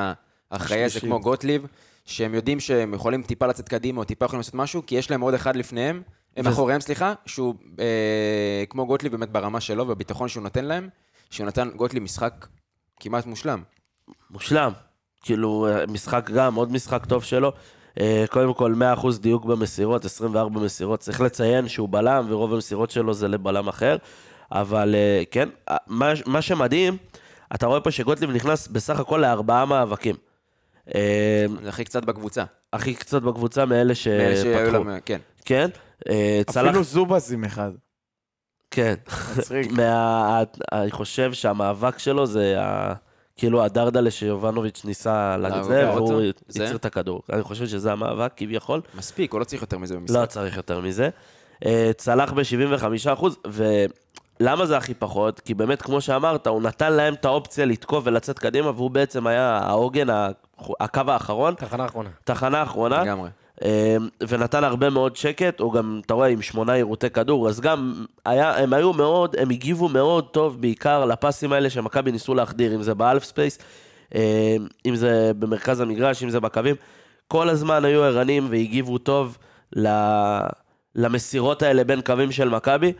Speaker 1: האחראי הזה
Speaker 5: השלישי.
Speaker 1: כמו גוטליב, שהם יודעים שהם יכולים טיפה לצאת קדימה או טיפה יכולים לעשות משהו, כי יש להם עוד אחד לפניהם, הם מאחוריהם, סליחה, שהוא אה, כמו גוטליב באמת ברמה שלו ובביטחון שהוא נותן להם, שהוא נתן גוטליב משחק כמעט מושלם.
Speaker 3: מושלם. כאילו, משחק גם, עוד משחק טוב שלו. אה, קודם כל, 100% דיוק במסירות, 24 מסירות. צריך לציין שהוא בלם, ורוב המסירות שלו זה לבלם אחר. אבל אה, כן, אה, מה, מה שמדהים, אתה רואה פה שגוטליב נכנס בסך הכל לארבעה מאבקים. אה,
Speaker 1: זה הכי קצת בקבוצה.
Speaker 5: אה,
Speaker 3: הכי קצת בקבוצה מאלה
Speaker 1: מאלה שהיו
Speaker 3: שפתחו.
Speaker 1: להם- כן.
Speaker 3: כן, אה, צלח...
Speaker 5: אפילו זובס עם אחד.
Speaker 3: כן.
Speaker 5: מצחיק.
Speaker 3: מה... אני חושב שהמאבק שלו זה ה... כאילו הדרדלה שיובנוביץ' ניסה לזה,
Speaker 1: אוקיי,
Speaker 3: והוא
Speaker 1: אותו? זה?
Speaker 3: הציר את הכדור. אני חושב שזה המאבק כביכול.
Speaker 1: מספיק, הוא לא צריך יותר מזה במשחק.
Speaker 3: לא צריך יותר מזה. אה, צלח ב-75%, ולמה זה הכי פחות? כי באמת, כמו שאמרת, הוא נתן להם את האופציה לתקוף ולצאת קדימה, והוא בעצם היה העוגן, ה- הקו האחרון,
Speaker 4: תחנה אחרונה.
Speaker 3: תחנה אחרונה.
Speaker 1: לגמרי.
Speaker 3: אה, ונתן הרבה מאוד שקט, הוא גם, אתה רואה, עם שמונה עירותי כדור, אז גם היה, הם היו מאוד, הם הגיבו מאוד טוב בעיקר לפסים האלה שמכבי ניסו להחדיר, אם זה באלף ספייס, אה, אם זה במרכז המגרש, אם זה בקווים, כל הזמן היו ערניים והגיבו טוב ל... למסירות האלה בין קווים של מכבי,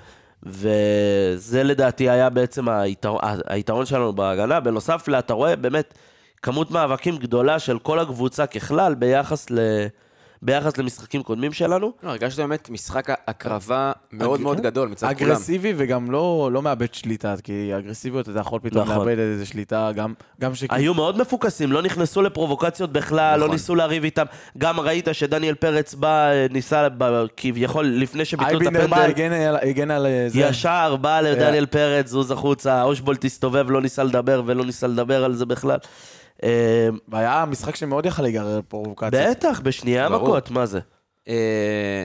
Speaker 3: וזה לדעתי היה בעצם היתרון, היתרון שלנו בהגנה. בנוסף, לה, אתה רואה באמת כמות מאבקים גדולה של כל הקבוצה ככלל ביחס, ל... ביחס למשחקים קודמים שלנו.
Speaker 1: לא, הרגשת באמת משחק הקרבה מאוד מאוד גדול מצד כולם.
Speaker 5: כן. אגרסיבי וגם לא לא מאבד שליטה, כי אגרסיביות אתה יכול פתאום
Speaker 3: נכון.
Speaker 5: לאבד איזה שליטה, גם- גם שכאילו...
Speaker 3: היו מאוד מפוקסים, לא נכנסו לפרובוקציות בכלל, לא
Speaker 1: אוקיי. נכון.
Speaker 3: ניסו לריב איתם. גם ראית שדניאל פרץ בא, אה, ניסה ב- כביכול, לפני שביטלו את
Speaker 5: אייבינדר בא,
Speaker 1: כן,
Speaker 3: הפנדל,
Speaker 5: הגן על- הגן על אה, זה.
Speaker 3: ישר בא לדניאל
Speaker 5: היה-
Speaker 3: פרץ, זוז החוצה, אושבולט הסתובב, לא ניסה לדבר ולא ניסה לדבר על זה בכלל. אה,
Speaker 5: והיה משחק שמאוד יכל להיגרר לפרובוקציה.
Speaker 3: בטח, בשנייה
Speaker 1: ברור.
Speaker 3: מכות, מה זה?
Speaker 1: אה,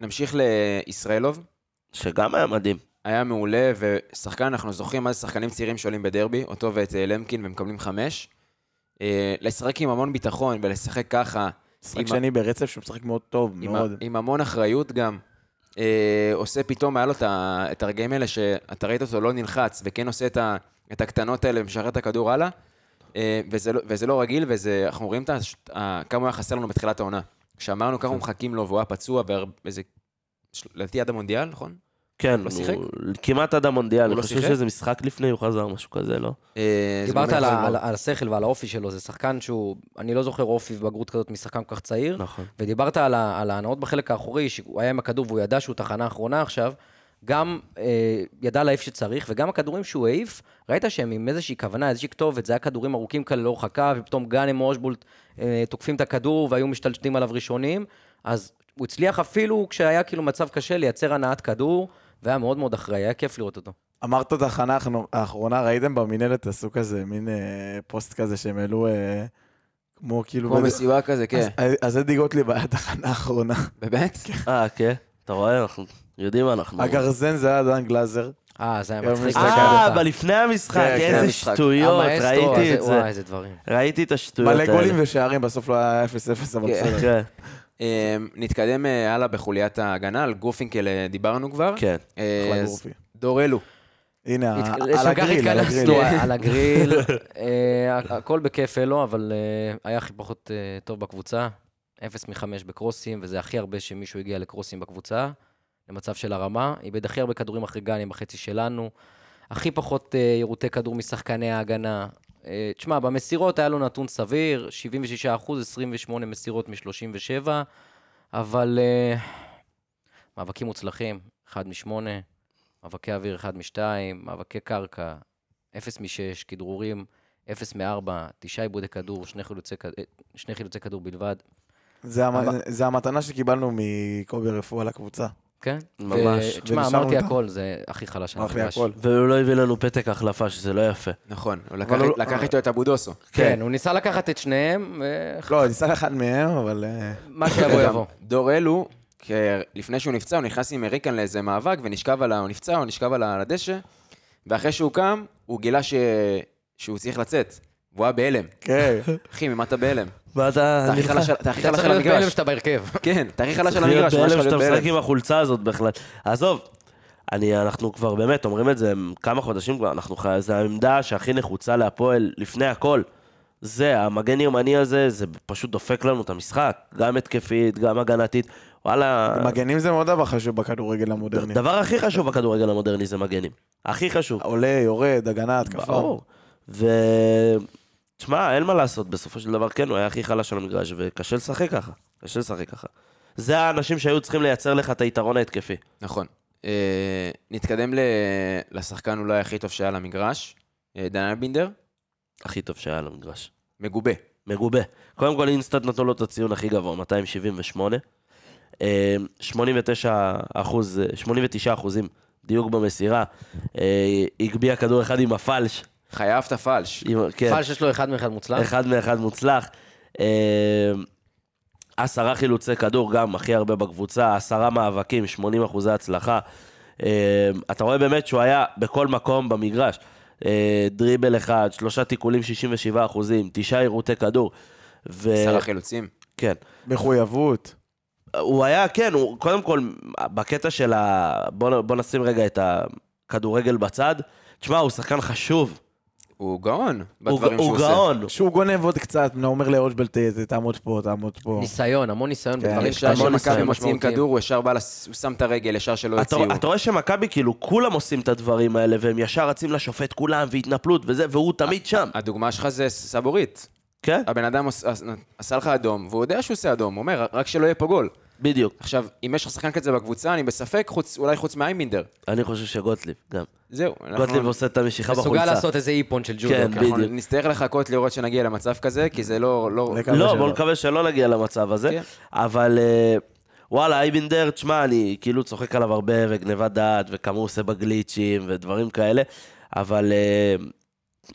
Speaker 1: נמשיך לישראלוב.
Speaker 3: שגם היה מדהים.
Speaker 1: היה מעולה, ושחקן, אנחנו זוכרים מה זה שחקנים צעירים שעולים בדרבי, אותו ואת אה, למקין, ומקבלים חמש. אה, לשחק עם המון ביטחון ולשחק ככה,
Speaker 5: משחק
Speaker 1: עם-
Speaker 5: שני ברצף שהוא משחק מאוד טוב,
Speaker 1: עם, ה-
Speaker 5: מאוד.
Speaker 1: עם המון אחריות גם, אה, עושה פתאום, היה לו את ה- את הרגעים האלה שאתה ראית אותו לא נלחץ, וכן עושה את, ה, את הקטנות האלה ומשחרר את הכדור הלאה, אה, וזה, לא- וזה לא רגיל, ואנחנו רואים את ה- ש- ה- כמה הוא היה חסר לנו בתחילת העונה. כשאמרנו כמה מחכים לו והוא היה פצוע, והר- וזה, של- לדעתי עד המונדיאל, נכון?
Speaker 3: כן,
Speaker 1: לא שיחק?
Speaker 3: הוא כמעט עד המונדיאל,
Speaker 1: הוא
Speaker 3: אני
Speaker 1: לא
Speaker 3: חושב
Speaker 1: שיחק?
Speaker 3: שזה משחק לפני, הוא חזר משהו כזה, לא?
Speaker 1: אה, זה
Speaker 4: דיברת
Speaker 1: באמת
Speaker 4: על,
Speaker 1: חזר
Speaker 4: ה-
Speaker 1: מאוד.
Speaker 4: על, על השכל ועל האופי שלו, זה שחקן שהוא, אני לא זוכר אופי ובגרות כזאת משחקן כל כך צעיר,
Speaker 3: נכון.
Speaker 4: ודיברת על, ה- על ההנאות בחלק האחורי, שהוא היה עם הכדור והוא ידע שהוא תחנה אחרונה עכשיו, גם אה, ידע להעיף שצריך, וגם הכדורים שהוא העיף, ראית שהם עם איזושהי כוונה, איזושהי כתובת, זה היה כדורים ארוכים כאלה לאורך הקו, ופתאום גאנם או אושבולט אה, תוקפים את הכדור והיו משתלטים עליו ראשונים, אז הוא הצליח אפילו כשהיה כאילו מצב קשה לייצר הנעת כדור, והיה מאוד מאוד אחראי, היה כיף לראות אותו.
Speaker 5: אמרת את ההכנה האחרונה- האחרונה, ראיתם במינהלת עשו כזה מין אה, פוסט כזה שהם העלו אה, כמו כאילו...
Speaker 1: כמו
Speaker 5: בד-
Speaker 1: מסיבה כזה, כן.
Speaker 5: אז- אז אדי גוטליב היה התחנה האחרונה.
Speaker 1: באמת?
Speaker 3: אה, כן. אתה רואה, אנחנו יודעים מה אנחנו...
Speaker 5: הגרזן זה היה דן גלאזר.
Speaker 4: אה, זה היה
Speaker 5: יום
Speaker 4: מצחיק.
Speaker 5: משחק
Speaker 3: אה, בלפני המשחק,
Speaker 5: כן,
Speaker 1: לפני
Speaker 3: איזה
Speaker 1: המשחק.
Speaker 3: שטויות,
Speaker 4: המאסטרו,
Speaker 3: ראיתי
Speaker 4: איזה-
Speaker 3: את זה.
Speaker 4: אה, וואי, איזה דברים.
Speaker 3: ראיתי את השטויות האלה.
Speaker 5: מלא גולים ושערים, בסוף לא היה 0-0, אבל
Speaker 1: כן.
Speaker 5: בסדר.
Speaker 3: כן,
Speaker 1: אה, נתקדם אה, הלאה בחוליית ההגנה, על גרופינקל אה, דיברנו כבר.
Speaker 3: כן.
Speaker 1: אה,
Speaker 5: אחלה
Speaker 1: אז
Speaker 5: גרופי.
Speaker 1: דורלו.
Speaker 5: הנה,
Speaker 4: התק-
Speaker 5: על
Speaker 4: לשם כך
Speaker 5: הגריל, על הגריל.
Speaker 4: התכנסנו, על הגריל. אה, הכ- הכל בכיף אלו, אבל אה, היה הכי פחות אה, טוב בקבוצה. אפס מחמש בקרוסים, וזה הכי הרבה שמישהו הגיע לקרוסים בקבוצה, למצב של הרמה. איבד הכי הרבה כדורים אחרי גאנם בחצי שלנו. הכי פחות אה, יירוטי כדור משחקני ההגנה. אה, תשמע, במסירות היה לו נתון סביר, 76 אחוז, 28 מסירות מ-37, אבל אה, מאבקים מוצלחים, 1 מ-8. מאבקי אוויר 1 מ-2, מאבקי קרקע 0 מ-6, כדרורים 0 מ-4, 9 עיבודי כדור, שני חילוצי, כ- אה, שני חילוצי כדור בלבד.
Speaker 5: זה המ-
Speaker 4: אבל-
Speaker 5: זה המתנה שקיבלנו מקובי רפואה לקבוצה.
Speaker 4: כן?
Speaker 3: ממש.
Speaker 4: ו- תשמע,
Speaker 5: ונשארנו
Speaker 4: אמרתי
Speaker 5: איתם.
Speaker 4: הכל, זה הכי חלש. שלנו
Speaker 5: אמרתי
Speaker 4: ממש.
Speaker 5: הכל.
Speaker 3: והוא לא הביא לנו פתק החלפה, שזה לא יפה.
Speaker 1: נכון, הוא לקח-
Speaker 3: אבל הוא-
Speaker 1: לקח איתו את אבודוסו.
Speaker 4: כן, הוא ניסה לקחת את שניהם, ו-
Speaker 5: לא, ניסה אחד מהם, אבל... אה,
Speaker 4: מה שיבוא
Speaker 1: כן.
Speaker 4: יבוא.
Speaker 1: דורלו, כ- לפני שהוא נפצע, הוא נכנס עם אריקן לאיזה מאבק, ונשכב על ה... הוא נפצע, הוא נשכב על ה- על הדשא, ואחרי שהוא קם, הוא גילה ש- שהוא צריך לצאת. והוא היה בהלם.
Speaker 5: כן.
Speaker 1: אחי, ממה אתה בהלם?
Speaker 3: מה לא- אתה...
Speaker 1: אתה הכי חלש על- אתה הכי
Speaker 4: אתה
Speaker 1: חלש
Speaker 4: צריך
Speaker 1: על
Speaker 4: להיות בהלם
Speaker 1: המגרש.
Speaker 4: שאתה בהרכב.
Speaker 1: כן, אתה הכי חלש
Speaker 3: צריך
Speaker 1: על
Speaker 3: להיות
Speaker 1: המגרש, מה יש
Speaker 3: בהלם
Speaker 1: לך
Speaker 3: שאתה
Speaker 1: להיות בהלם?
Speaker 3: משחק עם החולצה הזאת בכלל. עזוב, אני, אנחנו כבר באמת אומרים את זה כמה חודשים כבר, אנחנו חי... זו העמדה שהכי נחוצה להפועל לפני הכל. זה, המגן ימני הזה, זה פשוט דופק לנו את המשחק. גם התקפית, גם הגנתית. וואלה,
Speaker 5: מגנים זה מאוד דבר חשוב בכדורגל המודרני.
Speaker 3: הדבר הכי חשוב בכדורגל המודרני זה מגנים. הכי חשוב.
Speaker 5: עולה, יורד, הגנה, התקפה.
Speaker 3: ברור. ו... תשמע, אין מה לעשות, בסופו של דבר כן, הוא היה הכי חלש על המגרש, וקשה לשחק ככה. קשה לשחק ככה. זה האנשים שהיו צריכים לייצר לך את היתרון ההתקפי.
Speaker 1: נכון. אה, נתקדם ל... לשחקן אולי הכי טוב שהיה למגרש, אה, דניאל בינדר,
Speaker 3: הכי טוב שהיה על המגרש.
Speaker 1: מגובה.
Speaker 3: מגובה. קודם כל אינסטנט נתנו לו את הציון הכי גבוה, 278. אה, 89 אחוז, 89 אחוזים דיוק במסירה. אה, הגביה כדור אחד עם הפלש.
Speaker 1: חייב את הפלש.
Speaker 3: עם, כן,
Speaker 4: פלש יש לו אחד מאחד מוצלח.
Speaker 3: אחד מאחד מוצלח. אה, עשרה חילוצי כדור, גם הכי הרבה בקבוצה, עשרה מאבקים, 80 אחוזי הצלחה. אה, אתה רואה באמת שהוא היה בכל מקום במגרש. אה, דריבל אחד, שלושה תיקולים 67 אחוזים, תשעה עירותי כדור. ו...
Speaker 1: שר החילוצים.
Speaker 3: כן.
Speaker 5: מחויבות.
Speaker 3: הוא היה, כן, הוא קודם כל, בקטע של ה... בוא, נ- בוא נשים רגע את הכדורגל בצד. תשמע, הוא שחקן חשוב.
Speaker 1: הוא גאון
Speaker 3: הוא,
Speaker 1: בדברים שהוא
Speaker 3: הוא
Speaker 1: עושה.
Speaker 3: גאון.
Speaker 5: שהוא גונב עוד קצת, הוא אומר לאושבל, ת- ת- תעמוד פה, תעמוד פה.
Speaker 4: ניסיון, המון ניסיון
Speaker 5: כן,
Speaker 4: בדברים
Speaker 1: יש שעה
Speaker 4: המון
Speaker 1: שמכבי
Speaker 4: ניסיון
Speaker 1: מוציאים
Speaker 4: משמעותיים.
Speaker 1: כדור, הוא ישר בא, לס- הוא שם את הרגל, ישר שלא
Speaker 3: אתה,
Speaker 1: יוציאו.
Speaker 3: אתה רואה שמכבי, כאילו, כולם עושים את הדברים האלה, והם ישר רצים לשופט כולם, והתנפלות וזה, והוא תמיד שם.
Speaker 1: הדוגמה שלך זה סבורית.
Speaker 3: כן,
Speaker 1: הבן אדם עוש- עש- עשה לך אדום, והוא יודע שהוא עושה אדום, הוא אומר, רק שלא יהיה פה גול.
Speaker 3: בדיוק.
Speaker 1: עכשיו, אם יש לך שחקן כזה בקבוצה, אני בספק, חוץ, אולי חוץ מאיימינדר.
Speaker 3: אני חושב שגוטליב, גם.
Speaker 1: זהו. אנחנו-
Speaker 5: נכון.
Speaker 3: גוטליב עושה את המשיכה
Speaker 4: מסוגל
Speaker 3: בחולצה.
Speaker 4: לעשות איזה איפון של ג'ודו.
Speaker 3: כן,
Speaker 4: כן.
Speaker 1: אנחנו
Speaker 3: בדיוק.
Speaker 1: נצטרך לחכות לראות שנגיע למצב כזה, כי זה לא... לא...
Speaker 5: נקווה
Speaker 3: לא,
Speaker 5: שלא.
Speaker 3: בואו נקווה שלא נגיע למצב הזה.
Speaker 1: כן.
Speaker 3: אבל אה, וואלה, אייבינדר, תשמע, אני כאילו צוחק עליו הרבה, וגניבת דעת, וכמה הוא עושה בגליצ'ים, ודברים כאלה, אבל אה,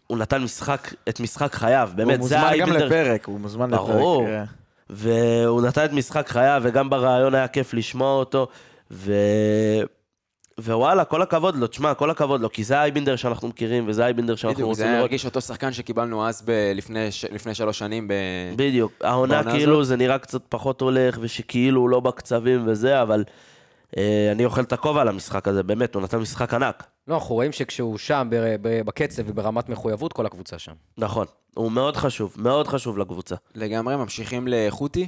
Speaker 3: הוא נתן משחק, את משחק חייו, באמת, זה
Speaker 5: הוא מוזמן גם
Speaker 3: האייבינדר.
Speaker 5: לפרק, הוא מוזמן לפרק.
Speaker 3: ברור.
Speaker 5: אה.
Speaker 3: והוא נתן את משחק חייו, וגם בריאיון היה כיף לשמוע אותו, ו... ווואלה, כל הכבוד לו, תשמע, כל הכבוד לו, כי זה האייבינדר שאנחנו מכירים, וזה האייבינדר שאנחנו
Speaker 1: בדיוק, זה
Speaker 3: רוצים
Speaker 1: היה
Speaker 3: לראות.
Speaker 1: הרגיש אותו שחקן שקיבלנו אז ב- לפני ש- לפני שלוש שנים ב...
Speaker 3: בדיוק, העונה
Speaker 1: בעונה
Speaker 3: כאילו
Speaker 1: הזאת.
Speaker 3: זה נראה קצת פחות הולך, ושכאילו הוא לא בקצבים וזה, אבל אה, אני אוכל את הכובע על המשחק הזה, באמת, הוא נתן משחק ענק.
Speaker 4: לא, אנחנו רואים שכשהוא שם בר- ב- בקצב וברמת מחויבות, כל הקבוצה שם.
Speaker 3: נכון, הוא מאוד חשוב, מאוד חשוב לקבוצה.
Speaker 1: לגמרי, ממשיכים לחותי?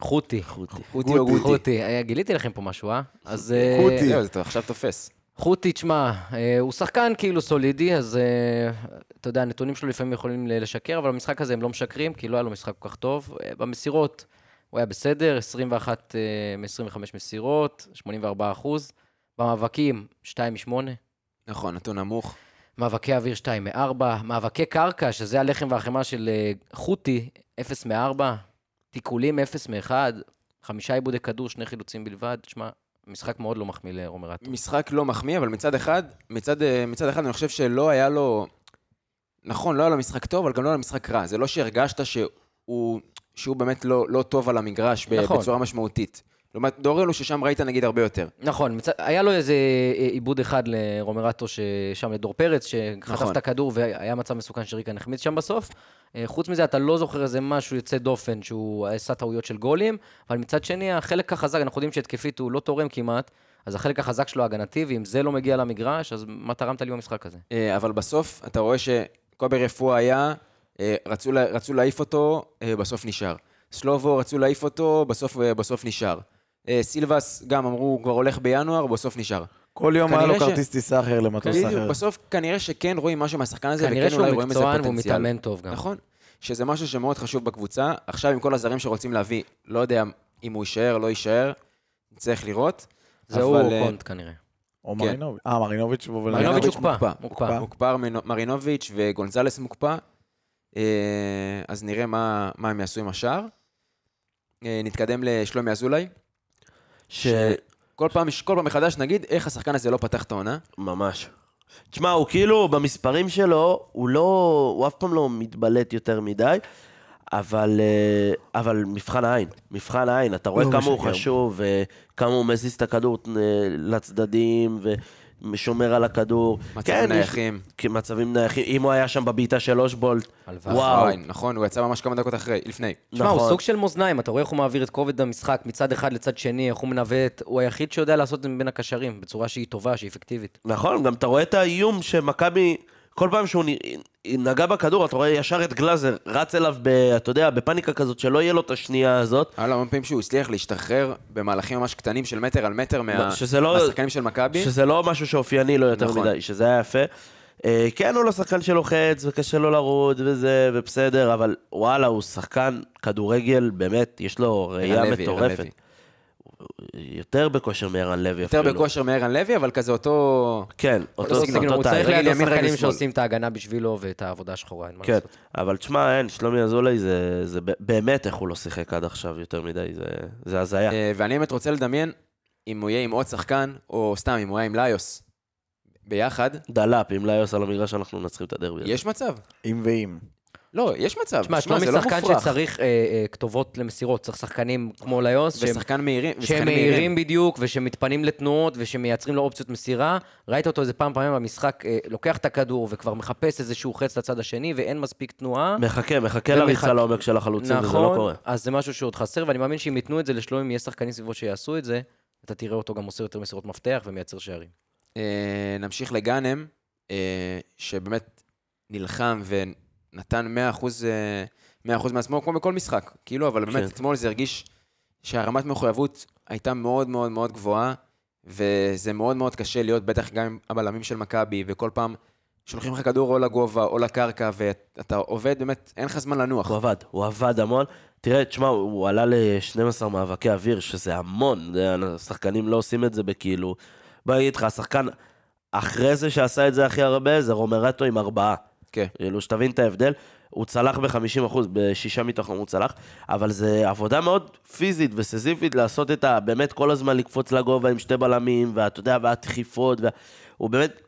Speaker 4: חוטי.
Speaker 3: חוטי.
Speaker 1: חותי או גוטי?
Speaker 4: חוטי. אה, גיליתי לכם פה משהו, אה? אז... אה,
Speaker 5: חוטי.
Speaker 1: זהו, אתה עכשיו תופס.
Speaker 4: חוטי, תשמע, אה, הוא שחקן כאילו סולידי, אז אה, אתה יודע, הנתונים שלו לפעמים יכולים ל- לשקר, אבל במשחק הזה הם לא משקרים, כי לא היה לו משחק כל כך טוב. אה, במסירות, הוא היה בסדר, 21 מ-25 מסירות, 84 אחוז. במאבקים, 2 מ-8.
Speaker 1: נכון, נתון נמוך.
Speaker 4: מאבקי אוויר 2 מ-4. מאבקי קרקע, שזה הלחם והחמאה של אה, חוטי, 0 מ-4. תיקולים, 0 מ-1. חמישה עיבודי כדור, שני חילוצים בלבד. תשמע, משחק מאוד לא מחמיא לרומר אטו.
Speaker 1: משחק לא מחמיא, אבל מצד אחד, מצד, אה, מצד אחד אני חושב שלא היה לו... נכון, לא היה לו משחק טוב, אבל גם לא היה לו משחק רע. זה לא שהרגשת שהוא, שהוא באמת לא, לא טוב על המגרש ב-
Speaker 4: נכון.
Speaker 1: בצורה משמעותית. לעומת דורלו, ששם ראית נגיד הרבה יותר.
Speaker 4: נכון, מצ... היה לו איזה אה, עיבוד אחד לרומרטו ששם לדור פרץ, שחטף
Speaker 1: נכון.
Speaker 4: את הכדור והיה מצב מסוכן שריקה נחמיץ שם בסוף. אה, חוץ מזה, אתה לא זוכר איזה משהו יוצא דופן שהוא עשה טעויות של גולים, אבל מצד שני, החלק החזק, אנחנו יודעים שהתקפית הוא לא תורם כמעט, אז החלק החזק שלו הגנתי, ואם זה לא מגיע למגרש, אז מה תרמת לי במשחק הזה?
Speaker 1: אה, אבל בסוף, אתה רואה שקובי רפואה היה, אה, רצו, לה, רצו להעיף אותו, אה, בסוף נשאר. סלובו, רצו להעיף אותו, בסוף, אה, בסוף נשאר. אה, סילבס, גם אמרו, הוא כבר הולך בינואר, בסוף נשאר.
Speaker 5: כל יום היה לו
Speaker 1: כנראה ש-
Speaker 5: כרטיס טיסה אחר למטוס אחר.
Speaker 1: בדיוק, בסוף כנראה שכן רואים משהו מהשחקן הזה,
Speaker 4: כנראה
Speaker 1: וכן
Speaker 4: שהוא
Speaker 1: אולי רואים איזה
Speaker 4: מקצוען והוא
Speaker 1: פוטנציאל.
Speaker 4: מתאמן טוב גם.
Speaker 1: נכון, שזה משהו שמאוד חשוב בקבוצה. עכשיו עם כל הזרים שרוצים להביא, לא יודע אם הוא יישאר, לא יישאר, צריך לראות.
Speaker 4: זה הוא
Speaker 1: אבל,
Speaker 4: או
Speaker 1: אה,
Speaker 4: קונט כנראה.
Speaker 5: או
Speaker 1: כן.
Speaker 5: מרינוביץ'. אה, מרינוביץ' הוא... אבל-
Speaker 4: מרינוביץ'
Speaker 1: מרינוביץ'
Speaker 4: הוקפא,
Speaker 1: מוקפא.
Speaker 4: הוקפא.
Speaker 1: מוקפא מרינו- מרינוביץ' וגונזלס מוקפא. אה, אז נראה מה מה הם יעשו עם השאר. אה, נתקדם לשלומי אזולאי.
Speaker 3: ש...
Speaker 1: כל פעם כל פעם מחדש נגיד איך השחקן הזה לא פתח את העונה.
Speaker 3: ממש. תשמע, הוא כאילו, במספרים שלו, הוא לא... הוא אף פעם לא מתבלט יותר מדי, אבל, אה, אבל מבחן העין. מבחן העין, אתה רואה
Speaker 5: לא
Speaker 3: כמה הוא
Speaker 5: משקר.
Speaker 3: חשוב, וכמה הוא מזיז את הכדור אה, לצדדים, ושומר על הכדור.
Speaker 1: מצבים
Speaker 3: כן, יש-
Speaker 1: נייחים.
Speaker 3: כן, מצבים נייחים. אם הוא היה שם בבעיטה של אושבולט,
Speaker 4: הלוואי.
Speaker 3: וואו.
Speaker 1: וואי, נכון, הוא יצא ממש כמה דקות אחרי, לפני.
Speaker 4: תשמע, הוא
Speaker 3: נכון.
Speaker 4: סוג של מאזניים, אתה רואה איך הוא מעביר את כובד המשחק מצד אחד לצד שני, איך הוא מנווט, הוא היחיד שיודע לעשות את זה מבין הקשרים, בצורה שהיא טובה, שהיא אפקטיבית.
Speaker 3: נכון, גם אתה רואה את האיום שמכבי, כל פעם שהוא נ- נגע בכדור, אתה רואה ישר את גלאזר רץ אליו, ב, אתה יודע, בפאניקה כזאת, שלא יהיה לו את השנייה הזאת.
Speaker 1: היה לו המון פעמים שהוא הצליח להשתחרר במהלכים ממש קטנים של מטר על מטר מה-
Speaker 3: שזה לא-
Speaker 1: מהשחקנים של מכבי.
Speaker 3: שזה לא משהו שאופייני לו יותר
Speaker 1: נכון.
Speaker 3: מדי, שזה היה יפה. אה, כן, הוא לא שחקן שלוחץ, וקשה לו לרוד וזה, ובסדר, אבל וואלה, הוא שחקן כדורגל, באמת, יש לו ראייה
Speaker 1: ערן לוי, ערן
Speaker 3: מטורפת.
Speaker 1: לוי.
Speaker 3: יותר בכושר מערן לוי אפילו.
Speaker 1: יותר בכושר לא, מערן לוי, אבל כזה אותו...
Speaker 3: כן,
Speaker 1: אותו
Speaker 3: אותו
Speaker 1: סגנון,
Speaker 3: סגנון,
Speaker 4: הוא
Speaker 3: אותו
Speaker 4: צריך
Speaker 3: טייל.
Speaker 1: רגל
Speaker 4: לידו
Speaker 1: ימין, רגל
Speaker 4: שחקנים
Speaker 1: שמאל.
Speaker 4: שעושים את ההגנה בשבילו ואת העבודה השחורה, אין מה
Speaker 3: כן,
Speaker 4: לעשות.
Speaker 3: אבל תשמע, אין, שלומי אזולאי זה, זה ב- באמת איך הוא לא שיחק עד עכשיו יותר מדי, זה, זה הזיה.
Speaker 1: אה, ואני באמת רוצה לדמיין אם הוא יהיה עם עוד שחקן, או סתם, אם הוא היה עם ליוס ביחד,
Speaker 3: דלאפ, אם לא ליוס על המגרש אנחנו מנצחים את הדרבי. הזה.
Speaker 1: יש מצב.
Speaker 5: אם ואם.
Speaker 1: לא, יש מצב. תשמע,
Speaker 4: תשמע, שלומי
Speaker 1: זה לא
Speaker 4: שחקן
Speaker 1: מופרך.
Speaker 4: שצריך אה, אה, כתובות למסירות, צריך שחקנים כמו ליוס, שהם-
Speaker 1: ושחקן מהירים.
Speaker 4: שהם מהירים בדיוק, ושמתפנים לתנועות, ושמייצרים לו אופציות מסירה. ראית אותו איזה פעם פעמים במשחק, אה, לוקח את הכדור וכבר מחפש איזשהו חץ לצד השני, ואין מספיק תנועה.
Speaker 3: מחכה, מחכה
Speaker 4: ומחכה.
Speaker 3: לריצה לעומק של החלוצים, וזה
Speaker 1: נכון.
Speaker 3: לא קורה.
Speaker 4: נכון, אז זה משהו שעוד חסר, ואני מאמין שאם ייתנו את זה לשלומי, יהיה שחקנים סביבו שיעשו את זה, אתה תראה אותו גם עושה יותר מסירות מפתח ומייצר שערים.
Speaker 1: אה, נמשיך לגאנם, אה, שבאמת נלחם ונתן 100%, אה, 100 מעצמו, כמו בכל משחק, כאילו, אבל באמת
Speaker 3: כן.
Speaker 1: אתמול זה הרגיש שהרמת מחויבות הייתה מאוד מאוד מאוד גבוהה, וזה מאוד מאוד קשה להיות בטח גם עם הבלמים של מכבי, וכל פעם שולחים לך כדור או לגובה או לקרקע, ואתה עובד, באמת, אין לך זמן לנוח.
Speaker 3: הוא עבד, הוא עבד המון. תראה, תשמע, הוא הוא עלה ל-12 מאבקי אוויר, שזה המון. זה- השחקנים לא עושים את זה בכאילו... בוא אני אגיד לך, השחקן אחרי זה שעשה את זה הכי הרבה, זה רומרטו עם ארבעה.
Speaker 1: כן.
Speaker 3: כאילו, שתבין את ההבדל. הוא צלח ב-50%, בשישה מתוכם הוא צלח, אבל זה עבודה מאוד פיזית וסיזיפית לעשות את ה... באמת כל הזמן לקפוץ לגובה עם שתי בלמים, ואתה יודע, והדחיפות, וה... הוא באמת...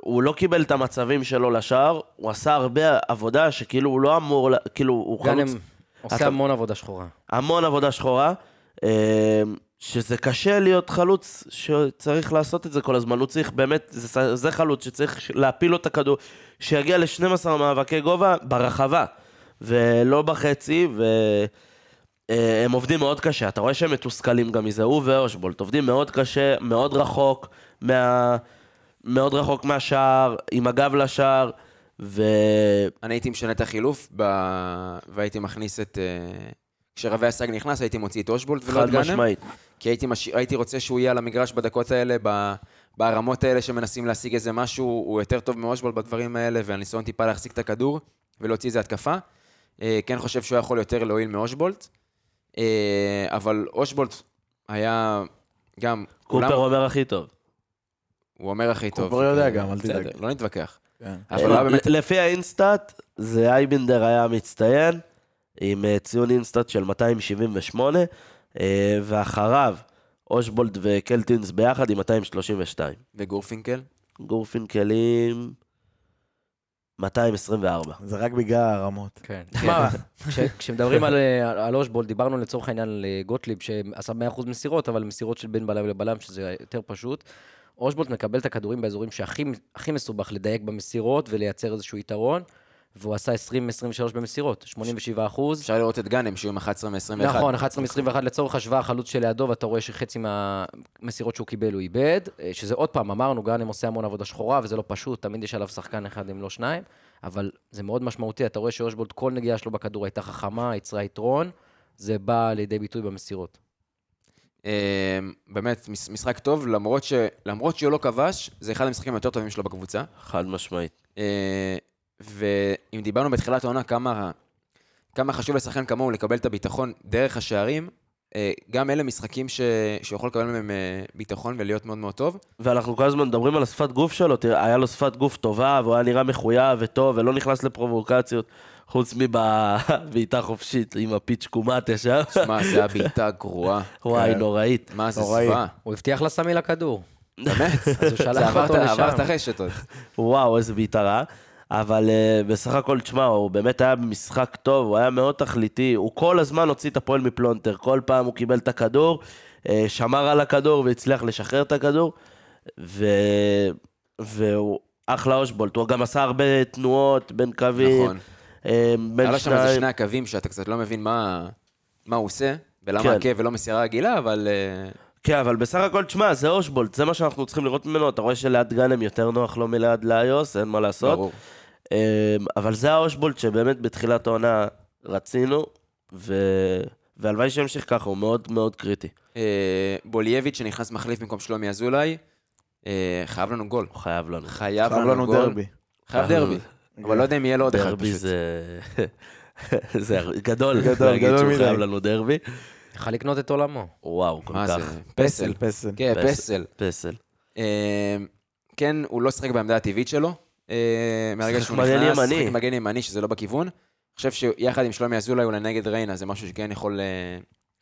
Speaker 3: הוא לא קיבל את המצבים שלו לשער, הוא עשה הרבה עבודה שכאילו הוא לא אמור, ל- כאילו הוא
Speaker 4: גאנם
Speaker 3: חלוץ
Speaker 4: עושה
Speaker 3: אתה-
Speaker 4: המון עבודה שחורה.
Speaker 3: המון עבודה שחורה, אה, שזה קשה להיות חלוץ שצריך לעשות את זה כל הזמן, הוא צריך באמת, זה, זה חלוץ שצריך ש- להפיל לו את הכדור, שיגיע ל-12 מאבקי גובה ברחבה, ולא בחצי, ו... אה, הם עובדים מאוד קשה, אתה רואה שהם מתוסכלים גם מזה, הוא ואושבולט עובדים מאוד קשה, מאוד רחוק מה... מאוד רחוק מהשער, עם הגב לשער, ו...
Speaker 1: אני הייתי משנה את החילוף, ב... והייתי מכניס את... אה, כשרבי הסג נכנס, הייתי מוציא את אושבולט ולא
Speaker 3: חד
Speaker 1: את גאנם.
Speaker 3: משמעית.
Speaker 1: כי הייתי, מש... הייתי רוצה שהוא יהיה על המגרש בדקות האלה, ב... ברמות האלה שמנסים להשיג איזה משהו, הוא יותר טוב מאושבולט בדברים האלה, והניסיון טיפה להחזיק את הכדור ולהוציא איזה התקפה. אה, כן חושב שהוא יכול יותר להועיל מאושבולט, אה, אבל אושבולט היה גם...
Speaker 3: קופר
Speaker 1: כולם-
Speaker 3: אומר הכי טוב.
Speaker 1: הוא אומר הכי טוב.
Speaker 5: קופר יודע
Speaker 1: אה,
Speaker 5: גם, אל תדאג.
Speaker 1: בסדר, לא נתווכח.
Speaker 5: כן.
Speaker 1: אבל
Speaker 3: אה,
Speaker 1: הוא היה באמת...
Speaker 3: ל- לפי האינסטאט, זה אייבנדר היה המצטיין, עם אה, ציון אינסטאט של 278, אה, ואחריו, אושבולד וקלטינס ביחד עם 232.
Speaker 1: וגורפינקל?
Speaker 3: גורפינקלים, 224.
Speaker 5: זה רק בגלל הרמות.
Speaker 4: כן. תשמע, כש- כשמדברים על, אה, על אושבולד, דיברנו לצורך העניין על אה, גוטליב, שעשה 100% מסירות, אבל מסירות של בין בלם לבלם, שזה יותר פשוט. אושבולד מקבל את הכדורים באזורים שהכי הכי מסובך לדייק במסירות ולייצר איזשהו יתרון, והוא עשה 20-23 במסירות, 87 אחוז.
Speaker 1: אפשר לראות את גאנם, שהוא עם 11 מ-21.
Speaker 4: נכון, 11 מ-21 לצורך השוואה, החלוץ שלידו, ואתה רואה שחצי מהמסירות שהוא קיבל הוא איבד, אה, שזה עוד פעם, אמרנו, גאנם עושה המון עבודה שחורה, וזה לא פשוט, תמיד יש עליו שחקן אחד אם לא שניים, אבל זה מאוד משמעותי, אתה רואה שאושבולד, כל נגיעה שלו בכדור הייתה חכמה, יצרה יתרון, זה בא לידי ביטוי במסירות.
Speaker 1: אה, באמת, מש- משחק טוב, למרות, ש... למרות שהוא לא כבש, זה אחד המשחקים היותר טובים שלו בקבוצה.
Speaker 3: חד משמעית.
Speaker 1: אה, ואם דיברנו בתחילת העונה כמה, כמה חשוב לשחקן כמוהו לקבל את הביטחון דרך השערים, אה, גם אלה משחקים ש... שהוא יכול לקבל מהם אה, ביטחון ולהיות מאוד מאוד טוב.
Speaker 3: ואנחנו כל הזמן מדברים על השפת גוף שלו, תראה, היה לו שפת גוף טובה, והוא היה נראה מחויב וטוב, ולא נכנס לפרובוקציות, חוץ מבעיטה חופשית עם הפיץ' קומטה שם.
Speaker 1: שמע, כן. זה היה בעיטה גרועה.
Speaker 3: וואי, נוראית.
Speaker 1: מה זה
Speaker 5: נוראי.
Speaker 1: זוועה.
Speaker 4: הוא הבטיח לסמי לכדור,
Speaker 1: באמת.
Speaker 4: אז הוא
Speaker 1: זה
Speaker 4: שלח
Speaker 1: עבר את-
Speaker 4: אותו
Speaker 1: עבר את
Speaker 4: לשם.
Speaker 1: הרשת עוד.
Speaker 3: וואו, איזה בעיטה רעה. אבל uh, בסך הכל, תשמע, הוא באמת היה במשחק טוב, הוא היה מאוד תכליתי, הוא כל הזמן הוציא את הפועל מפלונטר, כל פעם הוא קיבל את הכדור, uh, שמר על הכדור והצליח לשחרר את הכדור, ו... והוא אחלה אושבולט, הוא גם עשה הרבה תנועות בין קווים,
Speaker 1: נכון.
Speaker 3: uh,
Speaker 1: היה
Speaker 3: בין
Speaker 1: לו שם איזה
Speaker 3: שניים,
Speaker 1: שני הקווים שאתה קצת לא מבין מה, מה הוא עושה, ולמה
Speaker 3: כן.
Speaker 1: עקב ולא מסירה רגילה, אבל... אה,
Speaker 3: כן, אבל בסך הכל, תשמע, זה אושבולט, זה מה שאנחנו צריכים לראות ממנו, אתה רואה שליד גאנם יותר נוח לו מליד לאיוס, אין מה לעשות.
Speaker 1: ברור.
Speaker 3: אמ, אבל זה האושבולט שבאמת בתחילת העונה רצינו, ו... והלוואי שימשיך ככה, הוא מאוד מאוד קריטי.
Speaker 1: אה, בולייביץ' שנכנס מחליף במקום שלומי אזולאי, אה, חייב לנו גול.
Speaker 3: הוא חייב לנו.
Speaker 1: חייב
Speaker 5: חייב
Speaker 1: לנו
Speaker 5: לנו
Speaker 1: גול.
Speaker 5: דרבי.
Speaker 1: חייב דרבי. אבל לא יודע אם יהיה לו עוד אחד
Speaker 3: דרבי
Speaker 1: פשוט.
Speaker 3: זה... זה גדול,
Speaker 5: גדול,
Speaker 3: להגיד
Speaker 5: גדול
Speaker 3: שהוא
Speaker 5: מדי.
Speaker 3: חייב לנו דרבי.
Speaker 4: יכל לקנות את עולמו.
Speaker 3: וואו, כל
Speaker 1: מה זה?
Speaker 3: כך.
Speaker 1: פסל.
Speaker 5: פסל.
Speaker 1: כן, פסל.
Speaker 3: פסל.
Speaker 1: אה, כן, הוא לא שיחק בעמדה הטבעית שלו. אה, מהרגע
Speaker 3: שיחק
Speaker 1: שהוא
Speaker 3: מגן
Speaker 1: נכנס,
Speaker 3: ימני.
Speaker 1: שיחק מגן ימני, שזה לא בכיוון. אני חושב שיחד עם שלומי אזולאי אולי נגד ריינה, זה משהו שכן יכול, אה,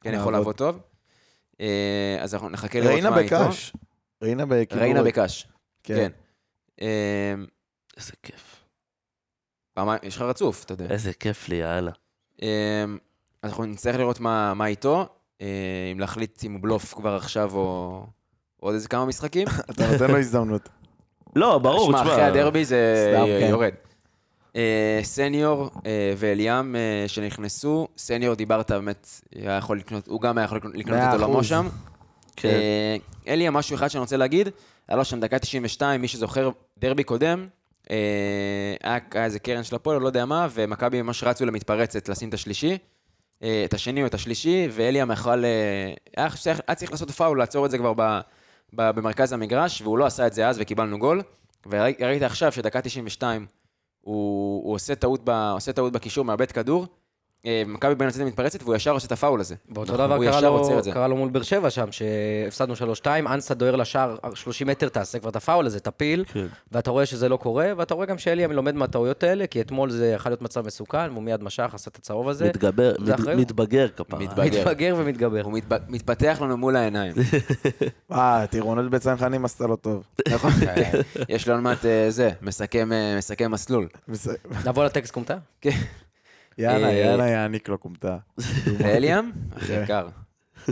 Speaker 1: כן יכול
Speaker 5: לעבוד.
Speaker 1: לעבוד טוב. אה, אז אנחנו נחכה לראות
Speaker 5: ריינה
Speaker 1: מה איתו.
Speaker 5: בקש. ריינה בכידור.
Speaker 1: ריינה בקש,
Speaker 5: כן.
Speaker 1: כן. אה,
Speaker 3: איזה כיף.
Speaker 1: פעמיים- יש לך רצוף, אתה יודע.
Speaker 3: איזה כיף לי, יאללה.
Speaker 1: אה, אז אנחנו נצטרך לראות מה מה איתו, אה, אם להחליט אם הוא בלוף כבר עכשיו או עוד איזה כמה משחקים.
Speaker 5: אתה נותן לו הזדמנות.
Speaker 3: לא, ברור,
Speaker 1: שמע,
Speaker 3: תשמע.
Speaker 1: אחרי הדרבי זה
Speaker 5: סתם, כן.
Speaker 1: יורד. אה, סניור אה, ואליאם אה, שנכנסו, סניור דיברת באמת, היה יכול לקנות, הוא גם היה יכול לקנות
Speaker 5: מאה
Speaker 1: את עולמו
Speaker 5: אחוז.
Speaker 1: שם.
Speaker 3: כן.
Speaker 1: אה, אליאם, משהו אחד שאני רוצה להגיד, היה לו שם דקה 92, מי שזוכר, דרבי קודם, אה, היה היה איזה קרן של הפועל, או לא יודע מה, ומכבי ממש רצו למתפרצת לשים את השלישי, אה, את השני או את השלישי, ואליאם יכל, אה, היה צריך- היה צריך לעשות פאול, לעצור את זה כבר ב- ב- במרכז המגרש, והוא לא עשה את זה אז וקיבלנו גול. וראית עכשיו שדקה 92 הוא, הוא עושה, טעות ב, עושה טעות בקישור, מאבד כדור, אה, מכבי בן יוצאת מתפרצת והוא ישר עושה את הפאול הזה.
Speaker 4: ואותו דבר
Speaker 1: נכון, הוא
Speaker 4: קרה
Speaker 1: ישר
Speaker 4: לו-
Speaker 1: עוצר את זה.
Speaker 4: קרה לו מול באר שבע שם, שהפסדנו 3-2, אנסה דוהר לשער 30 מטר, תעשה כבר את הפאול הזה, תפיל,
Speaker 3: כן.
Speaker 4: ואתה רואה שזה לא קורה, ואתה רואה גם שאליאם לומד מהטעויות האלה, כי אתמול זה יכול להיות מצב מסוכן, והוא מיד משך, עשה את הצהוב הזה,
Speaker 3: מתגבר,
Speaker 4: זה
Speaker 3: מת-
Speaker 4: אחריות.
Speaker 3: מתבגר כפרה.
Speaker 1: מתבגר.
Speaker 4: מתבגר ומתגבר.
Speaker 1: הוא מתב, מתפתח לנו מול העיניים.
Speaker 5: אה, טירונות בצן חנים עשתה לו טוב.
Speaker 1: נכון? יש לו עוד מעט אה, זה, מסכם, אה, מסכם מסלול.
Speaker 5: בסדר.
Speaker 4: נבוא לטקסט כומתה?
Speaker 1: כן.
Speaker 5: יאללה,
Speaker 1: אה,
Speaker 5: יאללה, יעניק לו כומתה.
Speaker 1: ואליאם, אחי
Speaker 5: כן.
Speaker 1: יקר.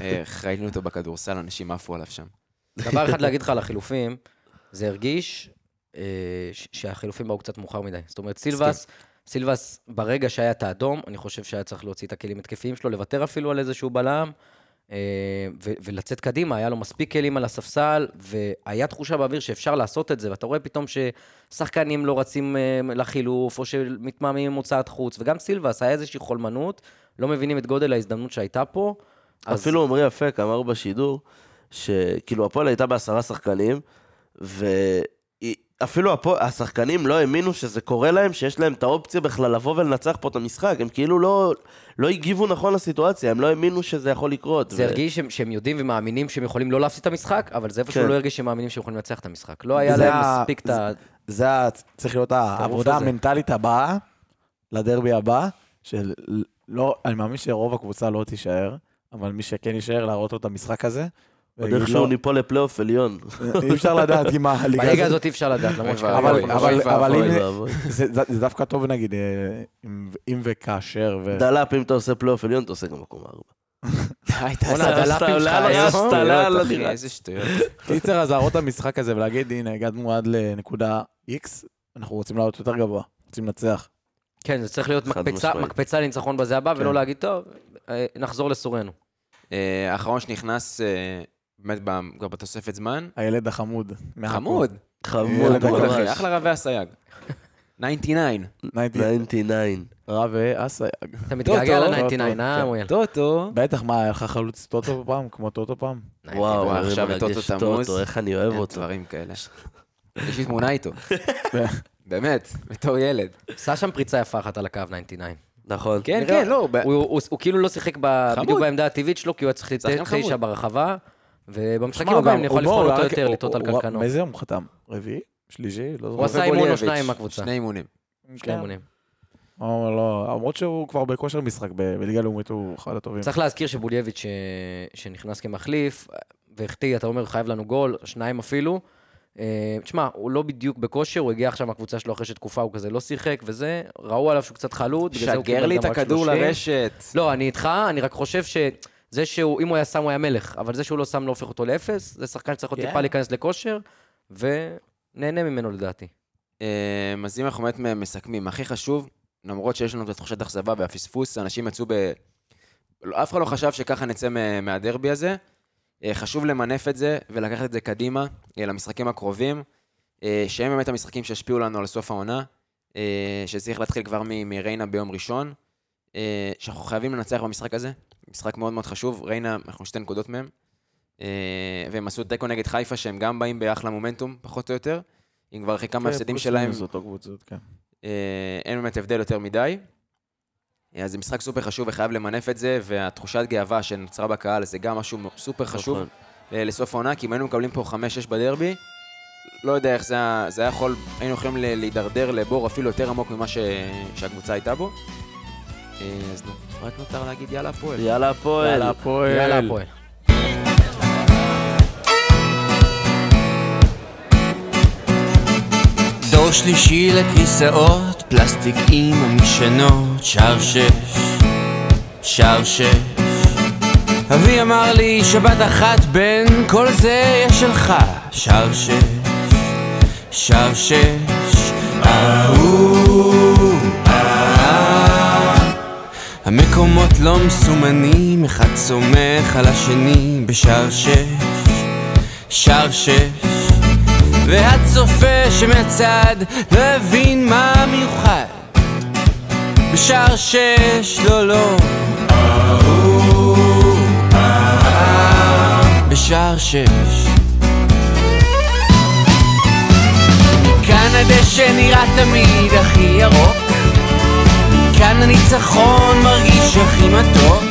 Speaker 1: איך אה, ראינו אותו בכדורסל, אנשים עפו עליו שם.
Speaker 4: דבר אחד להגיד לך על החילופים, זה הרגיש אה, ש- שהחילופים באו קצת מאוחר מדי. זאת אומרת, סילבס, סילבס, ברגע שהיה את האדום, אני חושב שהיה צריך להוציא את הכלים התקפיים שלו, לוותר אפילו על איזשהו בלם, אה, ו- ולצאת קדימה, היה לו מספיק כלים על הספסל, והיה תחושה באוויר שאפשר לעשות את זה, ואתה רואה פתאום ששחקנים לא רצים אה, לחילוף, או שמתמהמים עם הוצאת חוץ, וגם סילבס, היה איזושהי חולמנות, לא מבינים את גודל ההזדמנות שהייתה פה. אז-
Speaker 3: אפילו עמרי אפק אמר בשידור, שכאילו הפועל הייתה בעשרה שחקנים, ואפילו הפועל, השחקנים לא האמינו שזה קורה להם, שיש להם את האופציה בכלל לבוא ולנצח פה את המשחק. הם כאילו לא, לא הגיבו נכון לסיטואציה, הם לא האמינו שזה יכול לקרות.
Speaker 4: זה הרגיש שהם, שהם יודעים ומאמינים שהם יכולים לא להפסיד את המשחק, אבל זה איפשהו
Speaker 3: כן.
Speaker 4: לא הרגיש שהם מאמינים שהם יכולים לנצח את המשחק. לא היה
Speaker 5: זה
Speaker 4: להם
Speaker 5: ה-
Speaker 4: מספיק את ה...
Speaker 5: זה ה- צריך להיות העבודה
Speaker 4: הזה.
Speaker 5: המנטלית הבאה, לדרבי הבא, של לא, אני מאמין שרוב הקבוצה לא תישאר, אבל מי שכן יישאר, להראות לו את המשחק הזה.
Speaker 3: עוד
Speaker 5: ולהגיד
Speaker 3: איכשהו
Speaker 5: לו-
Speaker 3: ניפול לפלייאוף עליון.
Speaker 5: אי אפשר לדעת אם הליגה
Speaker 4: בליגה
Speaker 5: הזאת...
Speaker 4: הזאת אי אפשר לדעת, למרות שקרה.
Speaker 5: אבל-
Speaker 1: אוי
Speaker 5: אבל-
Speaker 1: ואבוי.
Speaker 5: אבל
Speaker 3: אוי
Speaker 5: אם-
Speaker 3: ואבוי.
Speaker 5: זה זה דווקא טוב, נגיד, אה, אם- אם וכאשר, ו...
Speaker 3: דלאפ, אם אתה עושה פלייאוף עליון, אתה עושה גם מקום ארבע.
Speaker 1: די, די,
Speaker 4: בואנה,
Speaker 1: זה
Speaker 4: הדלפים
Speaker 1: סתם,
Speaker 4: שלך
Speaker 1: לא,
Speaker 4: היום.
Speaker 1: איזה שטויות,
Speaker 3: סטלה,
Speaker 1: אחי,
Speaker 3: לא
Speaker 1: איזה שטויות.
Speaker 5: קיצר, אז להראות את המשחק הזה ולהגיד, הנה, הגענו עד לנקודה X, אנחנו רוצים לעלות יותר גבוה, רוצים לנצח.
Speaker 4: כן, זה צריך להיות
Speaker 3: חד
Speaker 4: מקפצה-
Speaker 3: משמעית.
Speaker 4: מקפצה לניצחון בזה הבא,
Speaker 5: כן.
Speaker 4: ולא להגיד, טוב, אה, נחזור לסורנו.
Speaker 1: אה, האחרון שנכנס, אה, באמת, ב- כבר בתוספת זמן,
Speaker 5: הילד החמוד. מעכו.
Speaker 1: חמוד.
Speaker 3: חמוד
Speaker 5: ילד
Speaker 1: חמוד, אחי,
Speaker 3: ממש.
Speaker 1: אחלה רבי הסייג. 99.
Speaker 5: 99.
Speaker 3: 99.
Speaker 5: רב אסייג.
Speaker 4: אתה מתגעגע
Speaker 1: טוב,
Speaker 4: ל-99, אה,
Speaker 5: כן.
Speaker 4: מויאל?
Speaker 1: טוטו.
Speaker 5: בטח, מה, היה לך חלוץ טוטו פעם? כמו טוטו פעם?
Speaker 3: וואו,
Speaker 1: וואו, עכשיו
Speaker 3: אני
Speaker 1: את טוטו
Speaker 3: מרגש
Speaker 1: תמוז.
Speaker 3: טוטו, איך אני אוהב
Speaker 1: אין
Speaker 3: אותו.
Speaker 1: אה, דברים כאלה. יש לי תמונה איתו. באמת, בתור ילד.
Speaker 4: עשה שם פריצה יפה אחת על הקו 99.
Speaker 3: נכון.
Speaker 1: כן,
Speaker 4: נראה-
Speaker 1: כן, לא, ב-
Speaker 4: הוא- הוא הוא כאילו לא שיחק ב-
Speaker 1: חמוד.
Speaker 4: בדיוק בעמדה הטבעית שלו, כי הוא היה צריך
Speaker 1: שחקן
Speaker 4: לתת
Speaker 1: חמוד.
Speaker 4: תשע ברחבה, ובמשחקים
Speaker 5: שמע,
Speaker 4: הבאים לא
Speaker 5: גם
Speaker 4: אני יכול
Speaker 5: הוא בא,
Speaker 4: לבחון
Speaker 5: הוא
Speaker 4: אותו
Speaker 5: רק-
Speaker 4: יותר,
Speaker 5: הוא-
Speaker 4: לטעות על
Speaker 5: הוא-
Speaker 4: קרקנו.
Speaker 5: באיזה יום הוא חתם? רביעי? שלישי? לא
Speaker 4: הוא
Speaker 5: זוכר. כן.
Speaker 4: עשה אימון או
Speaker 1: גוליאביץ',
Speaker 4: שניים עם הקבוצה.
Speaker 1: שני אימונים.
Speaker 4: שני אימונים.
Speaker 5: הוא אמר, לא, למרות שהוא כבר בכושר משחק, ב- בליגה לאומית הוא אחד
Speaker 1: כן.
Speaker 5: הטובים.
Speaker 4: צריך להזכיר שבולייביץ' ש... שנכנס כמחליף, והחטיא, אתה אומר, חייב לנו גול, שניים אפילו. אה, תשמע, הוא לא בדיוק בכושר, הוא הגיע עכשיו מהקבוצה שלו אחרי שתקופה הוא כזה לא שיחק וזה, ראו עליו שהוא קצת חלוד, בגלל זה הוא
Speaker 1: שגר
Speaker 4: קיבל
Speaker 1: לי
Speaker 4: גם
Speaker 1: את
Speaker 4: רק
Speaker 1: הכדור
Speaker 4: 30.
Speaker 1: לרשת.
Speaker 4: לא, אני איתך, אני רק חושב שזה שהוא, אם הוא היה שם הוא היה מלך, אבל זה שהוא לא שם לא הופך אותו לאפס, זה שחקן שצריך עוד
Speaker 5: כן.
Speaker 4: טיפה להיכנס לכושר, ונהנה ממנו לדעתי.
Speaker 1: אמ, אז אם אנחנו באמת מסכמים, הכי חשוב, למרות שיש לנו את התחושת אכזבה והפספוס, אנשים יצאו ב... לא- אף אחד לא חשב שככה נצא מה- מהדרבי הזה. אה, חשוב למנף את זה ולקחת את זה קדימה אה, למשחקים הקרובים, אה, שהם באמת המשחקים שישפיעו לנו על סוף העונה, אה, שצריך להתחיל כבר מ- מריינה ביום ראשון, אה, שאנחנו חייבים לנצח במשחק הזה, משחק מאוד מאוד חשוב, ריינה, אנחנו שתי נקודות מהם, אה, והם עשו תיקו נגד חיפה, שהם גם באים באחלה מומנטום, פחות או יותר. עם כבר אחרי כמה הפסדים
Speaker 5: כן, פלוס
Speaker 1: שלהם,
Speaker 5: מינוס אותו קבוצות, כן.
Speaker 1: אה, אין באמת הבדל יותר מדי. אה, אז זה משחק סופר חשוב וחייב למנף את זה, והתחושת גאווה שנוצרה בקהל זה גם משהו סופר חשוב
Speaker 3: נכון.
Speaker 1: אה, לסוף העונה, כי אם היינו מקבלים פה 5-6 בדרבי, לא יודע איך זה היה, זה היה יכול, היינו יכולים ל- להידרדר לבור אפילו יותר עמוק ממה ש, שהקבוצה הייתה בו. אה, אז נו, רק נותר להגיד יאללה הפועל.
Speaker 3: יאללה הפועל.
Speaker 5: יאללה, הפועל.
Speaker 4: יאללה, הפועל.
Speaker 2: דור שלישי לכיסאות, פלסטיק עם המשענות, שער שש, שער שש. אבי אמר לי שבת אחת בין כל זה יש שלך, שער שש, שער שש. אהוב, אהב. המקומות לא מסומנים, אחד סומך על השני בשער שש, שער שש. והצופה שמהצד לא הבין מה מיוחד בשער שש, לא, לא אהוב, אהוב, בשער שש מכאן הדשא נראה תמיד הכי ירוק מכאן הניצחון מרגיש הכי מתוק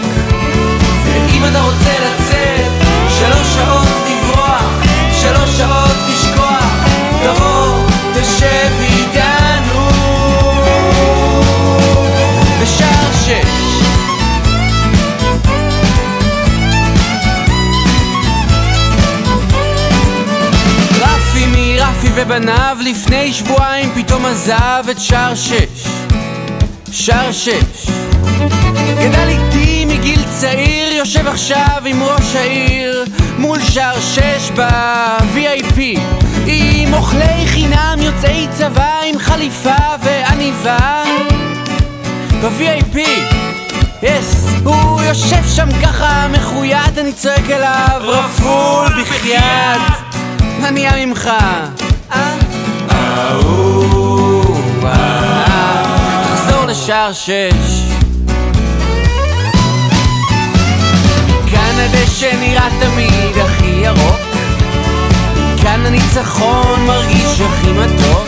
Speaker 2: ואם אתה רוצה לצאת, שלוש שעות לברוח, שלוש שעות לשכוח, תבוא, תשב איתנו. בשער שש. רפי מרפי ובניו לפני שבועיים פתאום עזב את שער שש. שער שש. גדל איתי מגיל צעיר, יושב עכשיו עם ראש העיר מול שער שש ב-VIP עם אוכלי חינם, יוצאי צבא, עם חליפה ועניבה ב-VIP יס, הוא יושב שם ככה מחויית, אני צועק אליו רפול בחייאת מה נהיה ממך? אה? אהוב, אה, תחזור לשער שש כאן הדשא נראה תמיד הכי ירוק כאן הניצחון מרגיש הכי מתוק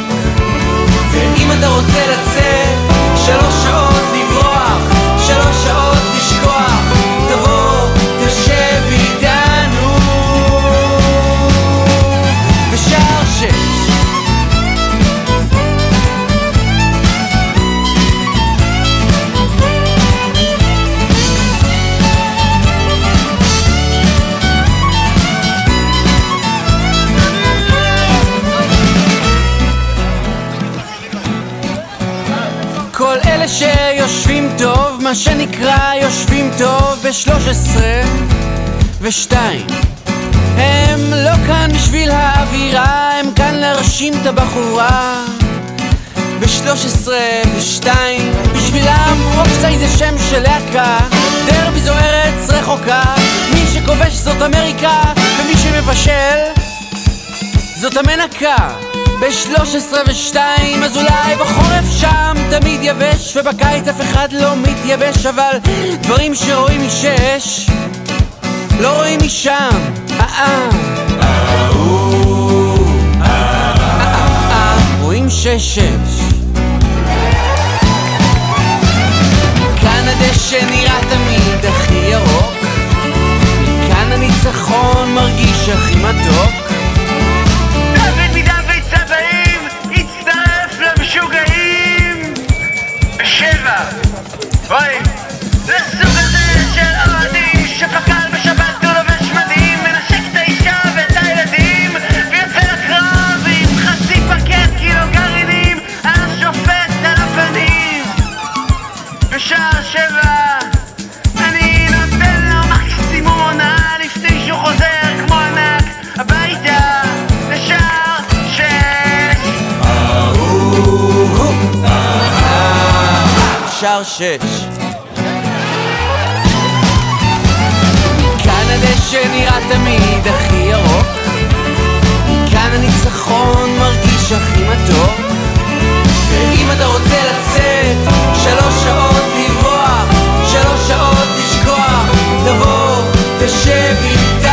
Speaker 2: ואם אתה רוצה לצאת שלוש שעות לברוח שלוש שעות לשכוח תבוא, תשב איתנו בשער שש כל אלה שיושבים טוב, מה שנקרא יושבים טוב ב-13 ו-2 הם לא כאן בשביל האווירה, הם כאן להרשים את הבחורה ב-13 ו-2 בשבילם רוקסאי זה שם של להקה, דרבי זו ארץ רחוקה מי שכובש זאת אמריקה, ומי שמבשל זאת המנקה ב-13 ו-2 אז אולי בחורף שם תמיד יבש ובקיץ אף אחד לא מתייבש אבל דברים שרואים משש לא רואים משם אה אה אה, רואים שש שש כאן הדשא נראה תמיד הכי ירוק מכאן הניצחון מרגיש הכי מתוק
Speaker 6: דוד מדוד צבעים הצטרף למשוגעים בשבע. אוי, לסוג הזה של אוהדים שפקל בשבת הוא לובש מדים מנשק את האישה ואת הילדים ויוצא לקרב עם חצי פקט קילו גרעינים על השופט על הפנים בשער שבע אני נותן לו מקסימום הונאה לפני שהוא חוזר כמו ענק הביתה לשער שש
Speaker 2: שער שש. מכאן הדשא נראה תמיד הכי ירוק, מכאן הניצחון מרגיש הכי מתוק, ואם אתה רוצה לצאת, שלוש שעות לברוח, שלוש שעות לשכוח, תבוא, תשב איתנו.